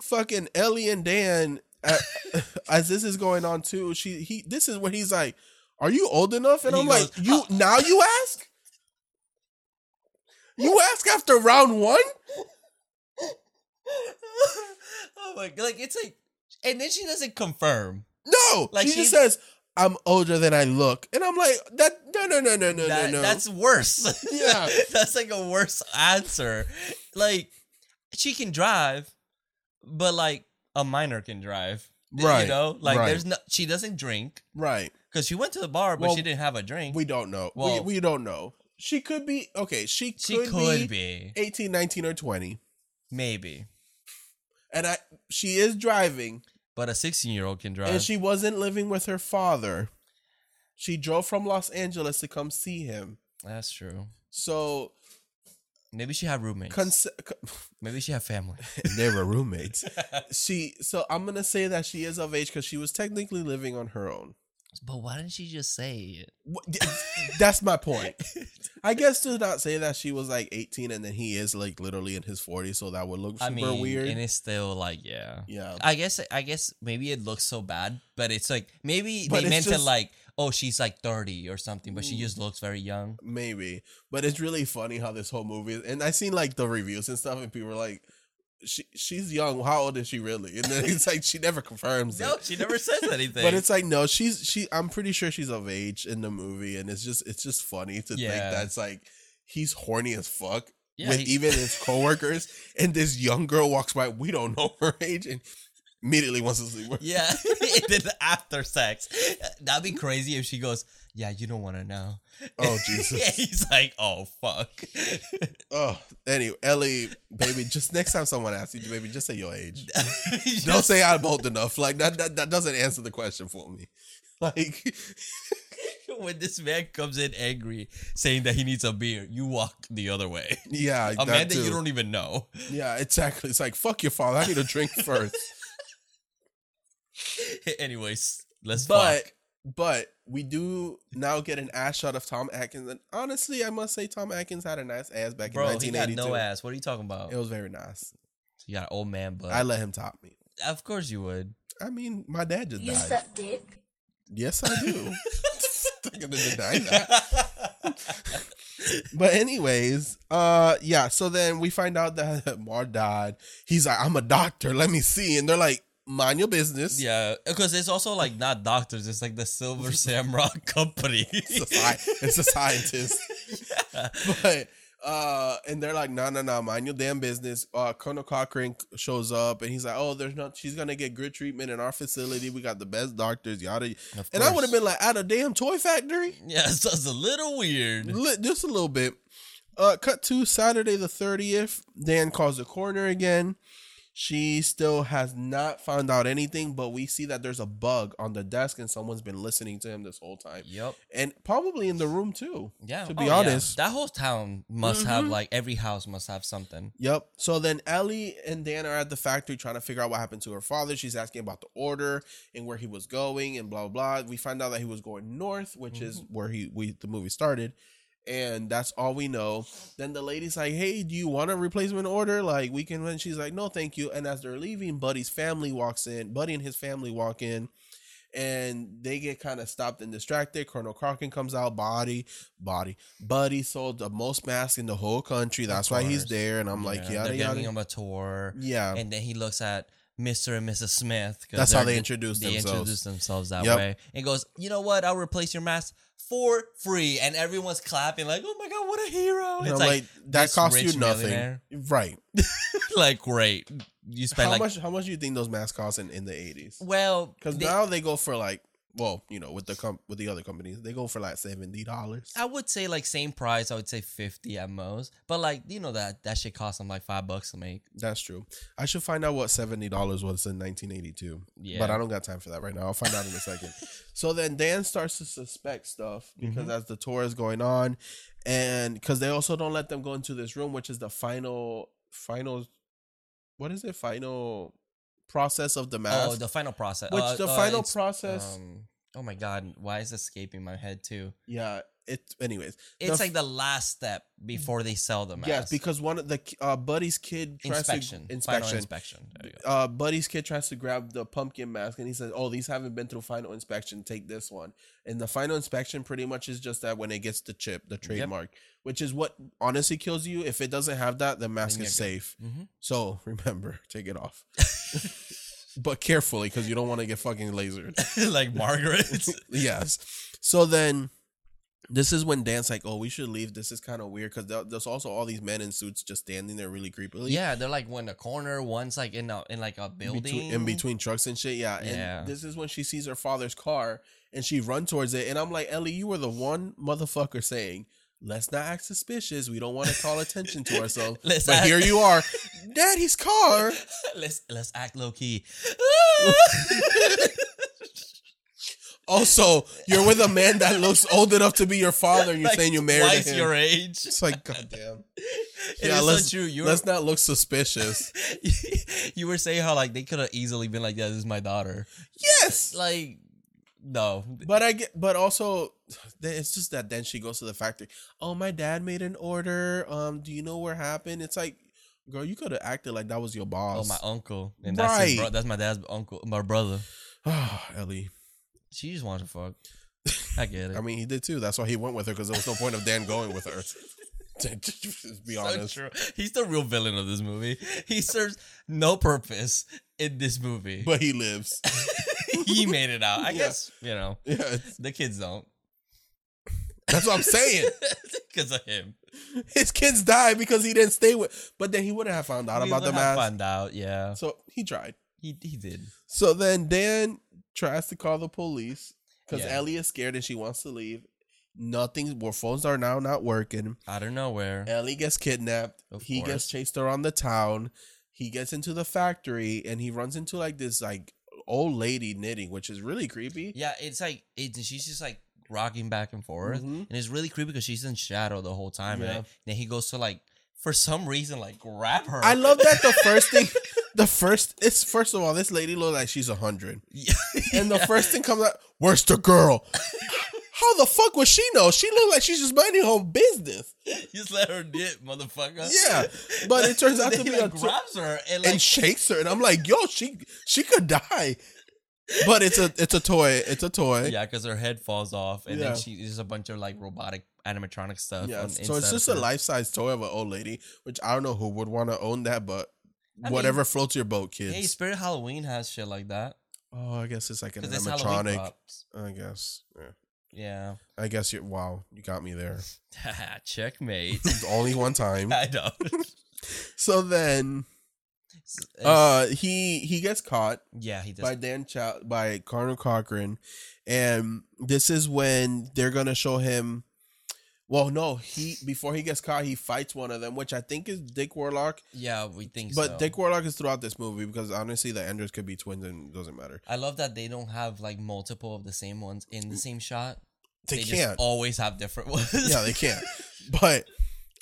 Speaker 1: fucking Ellie and Dan uh, as this is going on too, she he this is when he's like, "Are you old enough?" And
Speaker 2: He
Speaker 1: I'm
Speaker 2: goes, "Uh,
Speaker 1: like, "You now you ask?" You ask after round 1?
Speaker 2: oh my god! Like it's like, and then she doesn't confirm.
Speaker 1: No.
Speaker 2: Like
Speaker 1: she
Speaker 2: she-
Speaker 1: just says, "I'm older than I look." And I'm like, "That no no no no no
Speaker 2: that,
Speaker 1: no no."
Speaker 2: That's worse.
Speaker 1: Yeah.
Speaker 2: that's like a worse answer. Like she can drive, but like a minor can drive.
Speaker 1: Right,
Speaker 2: You know, like
Speaker 1: right.
Speaker 2: there's no. She doesn't drink
Speaker 1: right.
Speaker 2: because she went to the bar, but
Speaker 1: Well,
Speaker 2: she didn't have a drink.
Speaker 1: We don't know.
Speaker 2: Well-
Speaker 1: we, we don't know. She could be okay, she could,
Speaker 2: she could
Speaker 1: be
Speaker 2: be,
Speaker 1: 18, 19 or 20.
Speaker 2: maybe,
Speaker 1: And I she is driving.
Speaker 2: but a 16 year old can drive.
Speaker 1: And she wasn't living with her father. She drove from Los Angeles to come see him.
Speaker 2: that's true.
Speaker 1: So,
Speaker 2: Maybe she had roommates.
Speaker 1: cons- con-
Speaker 2: maybe she had family.
Speaker 1: they were roommates. she, so I'm gonna say that she is of age because she was technically living on her own.
Speaker 2: but why didn't she just say it?
Speaker 1: Wha- That's my point. I guess to not say that she was like 18 and then he is like literally in his 40s, so that would look super
Speaker 2: I mean,
Speaker 1: weird.
Speaker 2: and it's still like, yeah.
Speaker 1: yeah,
Speaker 2: I guess I guess maybe it looks so bad, but it's like maybe
Speaker 1: But
Speaker 2: they
Speaker 1: it's
Speaker 2: meant to
Speaker 1: just-
Speaker 2: like, oh, she's like thirty or something, but she
Speaker 1: Mm.
Speaker 2: just looks very young.
Speaker 1: maybe. But it's really funny how this whole movie. And I seen like the reviews and stuff, and people were like, "She she's young. How old is she really?" And then it's like she never confirms. it.
Speaker 2: No, she never says anything.
Speaker 1: But it's like no, she's she. I'm pretty sure she's of age in the movie, and it's just it's just funny to
Speaker 2: Yeah.
Speaker 1: think that's like he's horny as fuck
Speaker 2: Yeah,
Speaker 1: with
Speaker 2: he-
Speaker 1: even his coworkers, and this young girl walks by. We don't know her age, and immediately wants to sleep with. her.
Speaker 2: yeah, it did after sex. That'd be crazy if she goes, yeah, you don't want to know.
Speaker 1: Oh Jesus.
Speaker 2: Yeah, he's like, oh fuck.
Speaker 1: oh, anyway, Ellie, baby, just next time someone asks you, baby, just say your age. Don't say I'm old enough. Like that that, that doesn't answer the question for me. Like
Speaker 2: when this man comes in angry, saying that he needs a beer, you walk the other way.
Speaker 1: yeah,
Speaker 2: A
Speaker 1: that
Speaker 2: man that you
Speaker 1: too.
Speaker 2: don't even know.
Speaker 1: Yeah, exactly. It's like fuck your father. I need a drink first.
Speaker 2: Anyways, let's
Speaker 1: But
Speaker 2: fuck.
Speaker 1: but we do now get an ass shot of Tom Atkins, and honestly, I must say Tom Atkins had a nice ass back in
Speaker 2: Bro, he got
Speaker 1: 1982.
Speaker 2: no ass. What are you talking about?
Speaker 1: It was very nice.
Speaker 2: You got an old man butt.
Speaker 1: I let him top me.
Speaker 2: of course you would.
Speaker 1: I mean, my dad just
Speaker 3: You
Speaker 1: died.
Speaker 3: suck dick.
Speaker 1: Yes, I do. I'm gonna deny that. But anyways, uh, yeah. So then we find out that Mar died. He's like, I'm a doctor. Let me see, and they're like, mind your business.
Speaker 2: yeah, because it's also like not doctors. It's like the Silver Samurai Company.
Speaker 1: It's a, sci- it's a scientist. but uh and they're like no no no mind your damn business uh colonel cochrane shows up and he's like oh there's not she's gonna get good treatment in our facility we got the best doctors yada
Speaker 2: Of
Speaker 1: and i would have
Speaker 2: course.
Speaker 1: been like at a damn toy factory
Speaker 2: Yeah, so it's a little weird.
Speaker 1: Li- just a little bit uh cut to saturday the 30th dan calls the coroner again she still has not found out anything but we see that there's a bug on the desk and someone's been listening to him this whole time
Speaker 2: Yep.
Speaker 1: and probably in the room too
Speaker 2: Yeah.
Speaker 1: to be
Speaker 2: Oh, yeah.
Speaker 1: honest
Speaker 2: that whole town must have
Speaker 1: Mhm.
Speaker 2: like every house must have something.
Speaker 1: Yep. So then Ellie and Dan are at the factory trying to figure out what happened to her father. She's asking about the order and where he
Speaker 2: Mm-hmm.
Speaker 1: was going and blah blah. blah. We find out that he was going north, which is where he we the movie started. and that's all we know. Then the lady's like, "Hey, do you want a replacement order? Like we can." And she's like, "No, thank you." And as they're leaving, Buddy's family walks in. Buddy and his family walk in, and they get kind of stopped and distracted. Colonel Crockett comes out. Body, body, Buddy sold the most masks in the whole country. That's why he's
Speaker 2: course.
Speaker 1: there. And I'm like,
Speaker 2: Yeah,
Speaker 1: yada
Speaker 2: they're giving
Speaker 1: yada.
Speaker 2: him a tour,
Speaker 1: Yeah,
Speaker 2: and then he looks at Mr. and Mrs. Smith. 'cause
Speaker 1: that's how
Speaker 2: they're
Speaker 1: they
Speaker 2: the-
Speaker 1: introduce
Speaker 2: They
Speaker 1: themselves.
Speaker 2: introduce themselves that
Speaker 1: Yep.
Speaker 2: way, and goes, "You know what? I'll replace your mask for free," and everyone's clapping like, "Oh my god, what a hero!"
Speaker 1: And
Speaker 2: It's
Speaker 1: I'm
Speaker 2: like,
Speaker 1: like, that
Speaker 2: this
Speaker 1: costs
Speaker 2: rich
Speaker 1: you nothing,
Speaker 2: millionaire.
Speaker 1: right?
Speaker 2: like great, you spend
Speaker 1: how
Speaker 2: like
Speaker 1: much? How much do you think those masks cost in, in the eighties?
Speaker 2: well
Speaker 1: Because
Speaker 2: they-
Speaker 1: now they go for like, well, you know, with the com- with the other companies, they go for like seventy dollars.
Speaker 2: I would say like same price. I would say fifty at most, but like you know that that shit costs them like five bucks to make.
Speaker 1: That's true. I should find out what seventy dollars was in nineteen eighty two.
Speaker 2: Yeah.
Speaker 1: But I don't got time for that right now. I'll find out in a second. So then Dan starts to suspect stuff because
Speaker 2: Mm-hmm.
Speaker 1: as the tour is going on, and because they also don't let them go into this room, which is the final final, what is it? Final process of the mask.
Speaker 2: Oh, the final process.
Speaker 1: which
Speaker 2: uh,
Speaker 1: the
Speaker 2: uh,
Speaker 1: final
Speaker 2: it's,
Speaker 1: process,
Speaker 2: Um, oh my god, why is escaping my head too?
Speaker 1: yeah. It anyways. The
Speaker 2: It's
Speaker 1: f-
Speaker 2: like the last step before they sell the mask.
Speaker 1: Yes, because one of the uh, buddy's kid tries
Speaker 2: inspection,
Speaker 1: to
Speaker 2: final
Speaker 1: inspection.
Speaker 2: inspection. There you go.
Speaker 1: Uh, buddy's kid tries to grab the pumpkin mask, and he says, "Oh, these haven't been through final inspection. Take this one." And the final inspection pretty much is just that when it gets the chip, the trademark, which is what honestly kills you. If it doesn't have that, the mask
Speaker 2: Then
Speaker 1: is
Speaker 2: you're
Speaker 1: safe.
Speaker 2: Mhm.
Speaker 1: So remember, take it off, but carefully because you don't want to get fucking lasered.
Speaker 2: like Margaret.
Speaker 1: yes. So then, this is when Dan's like, "Oh, we should leave. This is kind of weird because there's also all these men in suits just standing there really creepily."
Speaker 2: yeah, they're like one in a corner, one's like in a in like a building.
Speaker 1: Between, in between trucks and shit, yeah.
Speaker 2: Yeah.
Speaker 1: And this is when she sees her father's car and she run towards it. And I'm like, Ellie, you were the one motherfucker saying, "Let's not act suspicious. We don't want to call attention to ourselves."
Speaker 2: Let's
Speaker 1: but
Speaker 2: act-
Speaker 1: here you are, Daddy's car.
Speaker 2: let's let's act low key.
Speaker 1: Also, you're with a man that looks old enough to be your father, and you're saying you married
Speaker 2: twice
Speaker 1: him.
Speaker 2: your age.
Speaker 1: It's like, goddamn.
Speaker 2: It is so true. You're-
Speaker 1: let's not look suspicious.
Speaker 2: you were saying how like they could have easily been like, "Yeah, this is my daughter."
Speaker 1: yes,
Speaker 2: Like, no,
Speaker 1: but I get, but also, th- it's just that then she goes to the factory. Oh, my dad made an order. Um, do you know where happened? It's like, girl, you could have acted like that was your
Speaker 2: oh
Speaker 1: boss.
Speaker 2: my uncle, and that's his
Speaker 1: Right.
Speaker 2: bro- that's my dad's uncle, my brother.
Speaker 1: Ellie.
Speaker 2: She just wants to fuck. I get it.
Speaker 1: I mean, he did too. That's why he went with her because there was no point of Dan going with her. Just be
Speaker 2: So
Speaker 1: honest.
Speaker 2: true. He's the real villain of this movie. He serves no purpose in this movie.
Speaker 1: But he lives.
Speaker 2: he made it out. I
Speaker 1: Yeah.
Speaker 2: guess you know
Speaker 1: Yeah, it's-
Speaker 2: the kids don't
Speaker 1: that's what I'm saying.
Speaker 2: because of him.
Speaker 1: His kids died because he didn't stay with. But then he wouldn't have found out
Speaker 2: We
Speaker 1: about
Speaker 2: would
Speaker 1: the
Speaker 2: have
Speaker 1: mask.
Speaker 2: Found out. Yeah,
Speaker 1: So he tried.
Speaker 2: he he did.
Speaker 1: So then Dan tries to call the police because
Speaker 2: Yeah.
Speaker 1: Ellie is scared and she wants to leave. Nothing. Well, phones are now not working.
Speaker 2: Out of nowhere.
Speaker 1: Ellie gets kidnapped.
Speaker 2: Of
Speaker 1: he gets
Speaker 2: course.
Speaker 1: chased around the town. He gets into the factory and he runs into like this like old lady knitting, which is really creepy.
Speaker 2: Yeah, it's like it's, she's just like rocking back and forth,
Speaker 1: Mhm.
Speaker 2: and it's really creepy because she's in shadow the whole time.
Speaker 1: Yeah.
Speaker 2: And then he goes to like for some reason like grab her.
Speaker 1: I love that the first thing, the first it's first of all, this lady looks like she's a hundred,
Speaker 2: Yeah.
Speaker 1: and the first thing comes out, where's the girl? How the fuck would she know? She looked like she's just minding her own business.
Speaker 2: just let her dip, motherfucker.
Speaker 1: Yeah, but it turns out to
Speaker 2: Then
Speaker 1: be
Speaker 2: he, like,
Speaker 1: a tw-
Speaker 2: grabs her and like
Speaker 1: and shakes her, and I'm like, yo, she she could die. But it's a it's a toy. It's a toy.
Speaker 2: yeah, because her head falls off, and
Speaker 1: Yeah.
Speaker 2: then she there's a bunch of like robotic animatronic stuff.
Speaker 1: Yeah,
Speaker 2: on-
Speaker 1: so
Speaker 2: inside
Speaker 1: it's
Speaker 2: of
Speaker 1: just a
Speaker 2: her.
Speaker 1: life size toy of an old lady, which I don't know who would want to own that, but
Speaker 2: I
Speaker 1: whatever floats your boat, kids.
Speaker 2: Hey, Spirit Halloween has shit like that
Speaker 1: oh, I guess it's like an
Speaker 2: because it's Halloween
Speaker 1: animatronic.
Speaker 2: props.
Speaker 1: I guess. Yeah.
Speaker 2: Yeah,
Speaker 1: I guess you. Wow, you got me there.
Speaker 2: checkmate.
Speaker 1: Only one time.
Speaker 2: I know.
Speaker 1: So then, uh, he he gets caught
Speaker 2: yeah, he does.
Speaker 1: by Dan Chow by Carter Cochran, and this is when they're gonna show him. Well, no, he before he gets caught, he fights one of them, which I think is Dick Warlock.
Speaker 2: yeah, we think.
Speaker 1: But
Speaker 2: so.
Speaker 1: Dick Warlock is throughout this movie because honestly, the Enders could be twins and it doesn't matter.
Speaker 2: I love that they don't have like multiple of the same ones in the same shot.
Speaker 1: They,
Speaker 2: just
Speaker 1: can't.
Speaker 2: always have different ones.
Speaker 1: yeah, they can't. But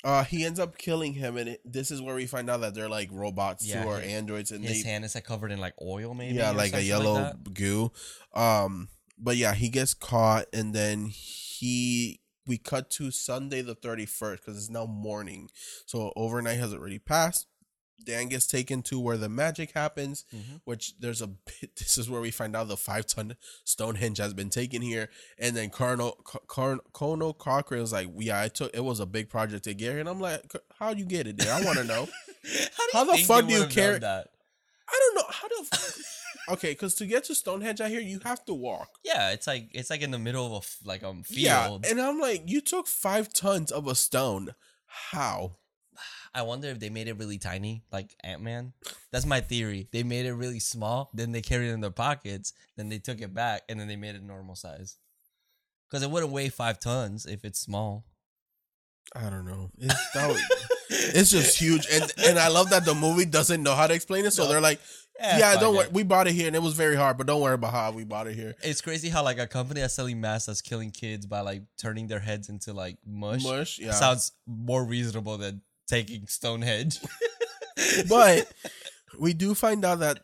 Speaker 1: uh, he ends up killing him, and it, this is where we find out that they're like robots
Speaker 2: Yeah,
Speaker 1: too, or
Speaker 2: his-
Speaker 1: androids, and
Speaker 2: His
Speaker 1: they
Speaker 2: hand is like covered in like oil, maybe.
Speaker 1: yeah,
Speaker 2: or
Speaker 1: like a
Speaker 2: something
Speaker 1: yellow
Speaker 2: that.
Speaker 1: goo. Um, but yeah, he gets caught, and then he we cut to Sunday the 31st because it's now morning. So overnight has already passed. Dan gets taken to where the magic happens,
Speaker 2: Mhm.
Speaker 1: which there's a bit. This is where we find out the five ton Stonehenge has been taken here. And then Colonel, Co- Colonel, Colonel Cochran is like, Yeah, I took it was a big project to get here. And I'm like, How you get it there? I want to know. How the
Speaker 2: think
Speaker 1: fuck
Speaker 2: they
Speaker 1: do
Speaker 2: would
Speaker 1: you
Speaker 2: have done
Speaker 1: care-
Speaker 2: That?
Speaker 1: I don't know. How the. F- okay, because to get to Stonehenge out here, you have to walk.
Speaker 2: Yeah, it's like it's like in the middle of a f- like a field.
Speaker 1: Yeah, and I'm like, you took five tons of a stone. How?
Speaker 2: I wonder if they made it really tiny, like Ant Man. That's my theory. They made it really small, then they carried it in their pockets, then they took it back, and then they made it normal size. Because it wouldn't weigh five tons if it's small.
Speaker 1: I don't know. It's, that was- it's just huge, and and I love that the movie doesn't know how to explain it. So
Speaker 2: No.
Speaker 1: they're like,
Speaker 2: Eh,
Speaker 1: yeah,
Speaker 2: fuck
Speaker 1: don't
Speaker 2: it.
Speaker 1: worry. We bought it here, and it was very hard, but don't worry about how we bought it here.
Speaker 2: It's crazy how like a company that's selling masks that's killing kids by like turning their heads into like mush,
Speaker 1: Mush, yeah.
Speaker 2: sounds more reasonable than taking Stonehenge.
Speaker 1: but we do find out that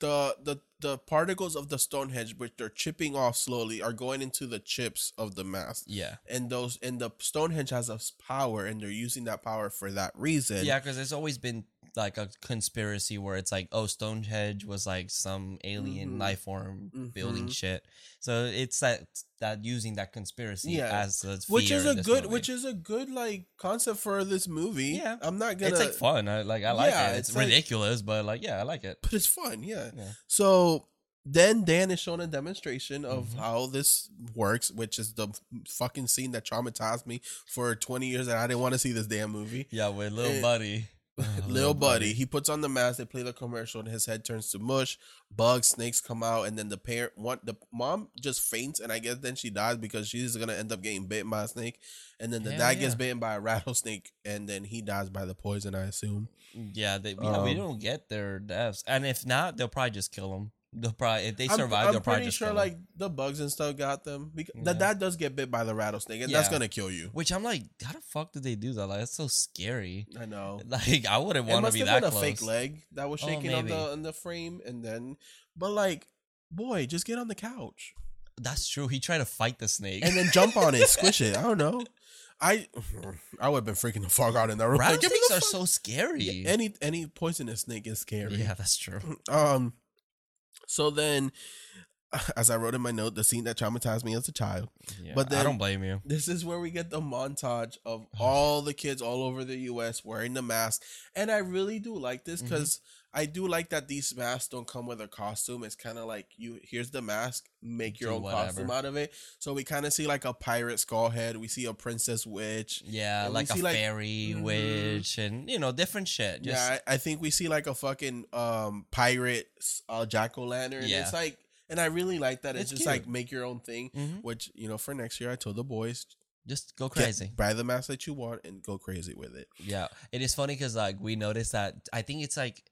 Speaker 1: the the the particles of the Stonehenge, which they're chipping off slowly, are going into the chips of the mask.
Speaker 2: yeah,
Speaker 1: And those and the Stonehenge has a power, and they're using that power for that reason.
Speaker 2: yeah, because there's always been like a conspiracy where it's like, oh, Stonehenge was like some alien
Speaker 1: Mhm.
Speaker 2: life form building
Speaker 1: Mhm.
Speaker 2: shit. So it's that that using that conspiracy
Speaker 1: Yeah.
Speaker 2: as the
Speaker 1: which is a good which is a good like concept for this movie
Speaker 2: Yeah.
Speaker 1: i'm not gonna
Speaker 2: it's like fun. I like I like
Speaker 1: Yeah,
Speaker 2: it. It's,
Speaker 1: it's like-
Speaker 2: ridiculous, but like yeah, I like it.
Speaker 1: but it's fun yeah,
Speaker 2: Yeah.
Speaker 1: so then dan is shown a demonstration of
Speaker 2: Mhm.
Speaker 1: how this works which is the fucking scene that traumatized me for 20 years and i didn't want to see this damn movie
Speaker 2: Yeah, with little
Speaker 1: Eh,
Speaker 2: buddy,
Speaker 1: Lil Buddy, he puts on the mask. They play the commercial, and his head turns to mush. Bugs, snakes come out, and then the parent, one, the mom just faints, and I guess then she dies because she's gonna end up getting bitten by a snake. And then the
Speaker 2: Hell
Speaker 1: dad gets
Speaker 2: yeah.
Speaker 1: bitten by a rattlesnake, and then he dies by the poison, I assume.
Speaker 2: Yeah, they, we, we
Speaker 1: Um,
Speaker 2: don't get their deaths, and if not, they'll probably just kill them. They'll probably if they
Speaker 1: I'm-
Speaker 2: survive,
Speaker 1: I'm,
Speaker 2: they'll probably
Speaker 1: pretty
Speaker 2: just
Speaker 1: sure
Speaker 2: kill 'em.
Speaker 1: like the bugs and stuff got them. Because
Speaker 2: Yeah.
Speaker 1: the dad does get bit by the rattlesnake, and that's
Speaker 2: Yeah.
Speaker 1: gonna kill you.
Speaker 2: Which I'm like, how the fuck did they do that? Like that's so scary.
Speaker 1: I know.
Speaker 2: Like I wouldn't
Speaker 1: Oh. It
Speaker 2: want to
Speaker 1: must
Speaker 2: be
Speaker 1: have
Speaker 2: that
Speaker 1: been a
Speaker 2: close.
Speaker 1: fake leg that was
Speaker 2: Oh,
Speaker 1: shaking on
Speaker 2: maybe.
Speaker 1: the on the frame, and then, but like, boy, just get on the couch.
Speaker 2: That's true. He tried to fight the snake.
Speaker 1: and then jump on it, squish it. I don't know. I I would have been freaking the fuck out in that room. Like, give me
Speaker 2: rattlesnakes
Speaker 1: the
Speaker 2: are
Speaker 1: fuck-
Speaker 2: so scary.
Speaker 1: Yeah, any any poisonous snake is scary.
Speaker 2: Yeah, that's true.
Speaker 1: Um. So then, as I wrote in my note, the scene that traumatized me as a child.
Speaker 2: Yeah,
Speaker 1: But
Speaker 2: I
Speaker 1: then-
Speaker 2: don't blame you.
Speaker 1: This is where we get the montage of
Speaker 2: Mm-hmm.
Speaker 1: all the kids all over the U.S. wearing the mask, and I really do like this
Speaker 2: Mm-hmm.
Speaker 1: because I do like that these masks don't come with a costume. It's kind of like you here's the mask, make your
Speaker 2: Do
Speaker 1: own costume
Speaker 2: whatever.
Speaker 1: out of it. So we kind of see like a pirate skull head, we see a princess witch,
Speaker 2: Yeah,
Speaker 1: and we
Speaker 2: like a
Speaker 1: see, like-
Speaker 2: fairy
Speaker 1: Mhm.
Speaker 2: witch and you know different shit. Just,
Speaker 1: yeah, I, I think we see like a fucking um pirate uh, jack o' lantern.
Speaker 2: Yeah.
Speaker 1: It's like, and I really like that. It's,
Speaker 2: It's
Speaker 1: just
Speaker 2: cute.
Speaker 1: like make your own thing,
Speaker 2: Mhm.
Speaker 1: which you know for next year I told the boys
Speaker 2: just go
Speaker 1: get-
Speaker 2: crazy.
Speaker 1: buy the mask that you want and go crazy with it.
Speaker 2: Yeah, it is funny because like we noticed that I think it's like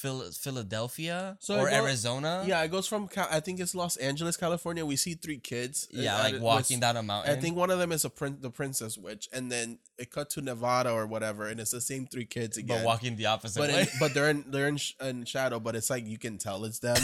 Speaker 2: Phil- Philadelphia
Speaker 1: So
Speaker 2: or
Speaker 1: I go-
Speaker 2: Arizona.
Speaker 1: Yeah, it goes from Cal- I think it's Los Angeles, California. We see three kids.
Speaker 2: yeah,
Speaker 1: and I-
Speaker 2: like
Speaker 1: with-
Speaker 2: walking down a mountain.
Speaker 1: I think one of them is a prin- the princess witch, and then it cut to Nevada or whatever, and it's the same three kids again.
Speaker 2: but walking the opposite
Speaker 1: but
Speaker 2: way.
Speaker 1: in, but they're in they're in, sh- in shadow but it's like you can tell it's them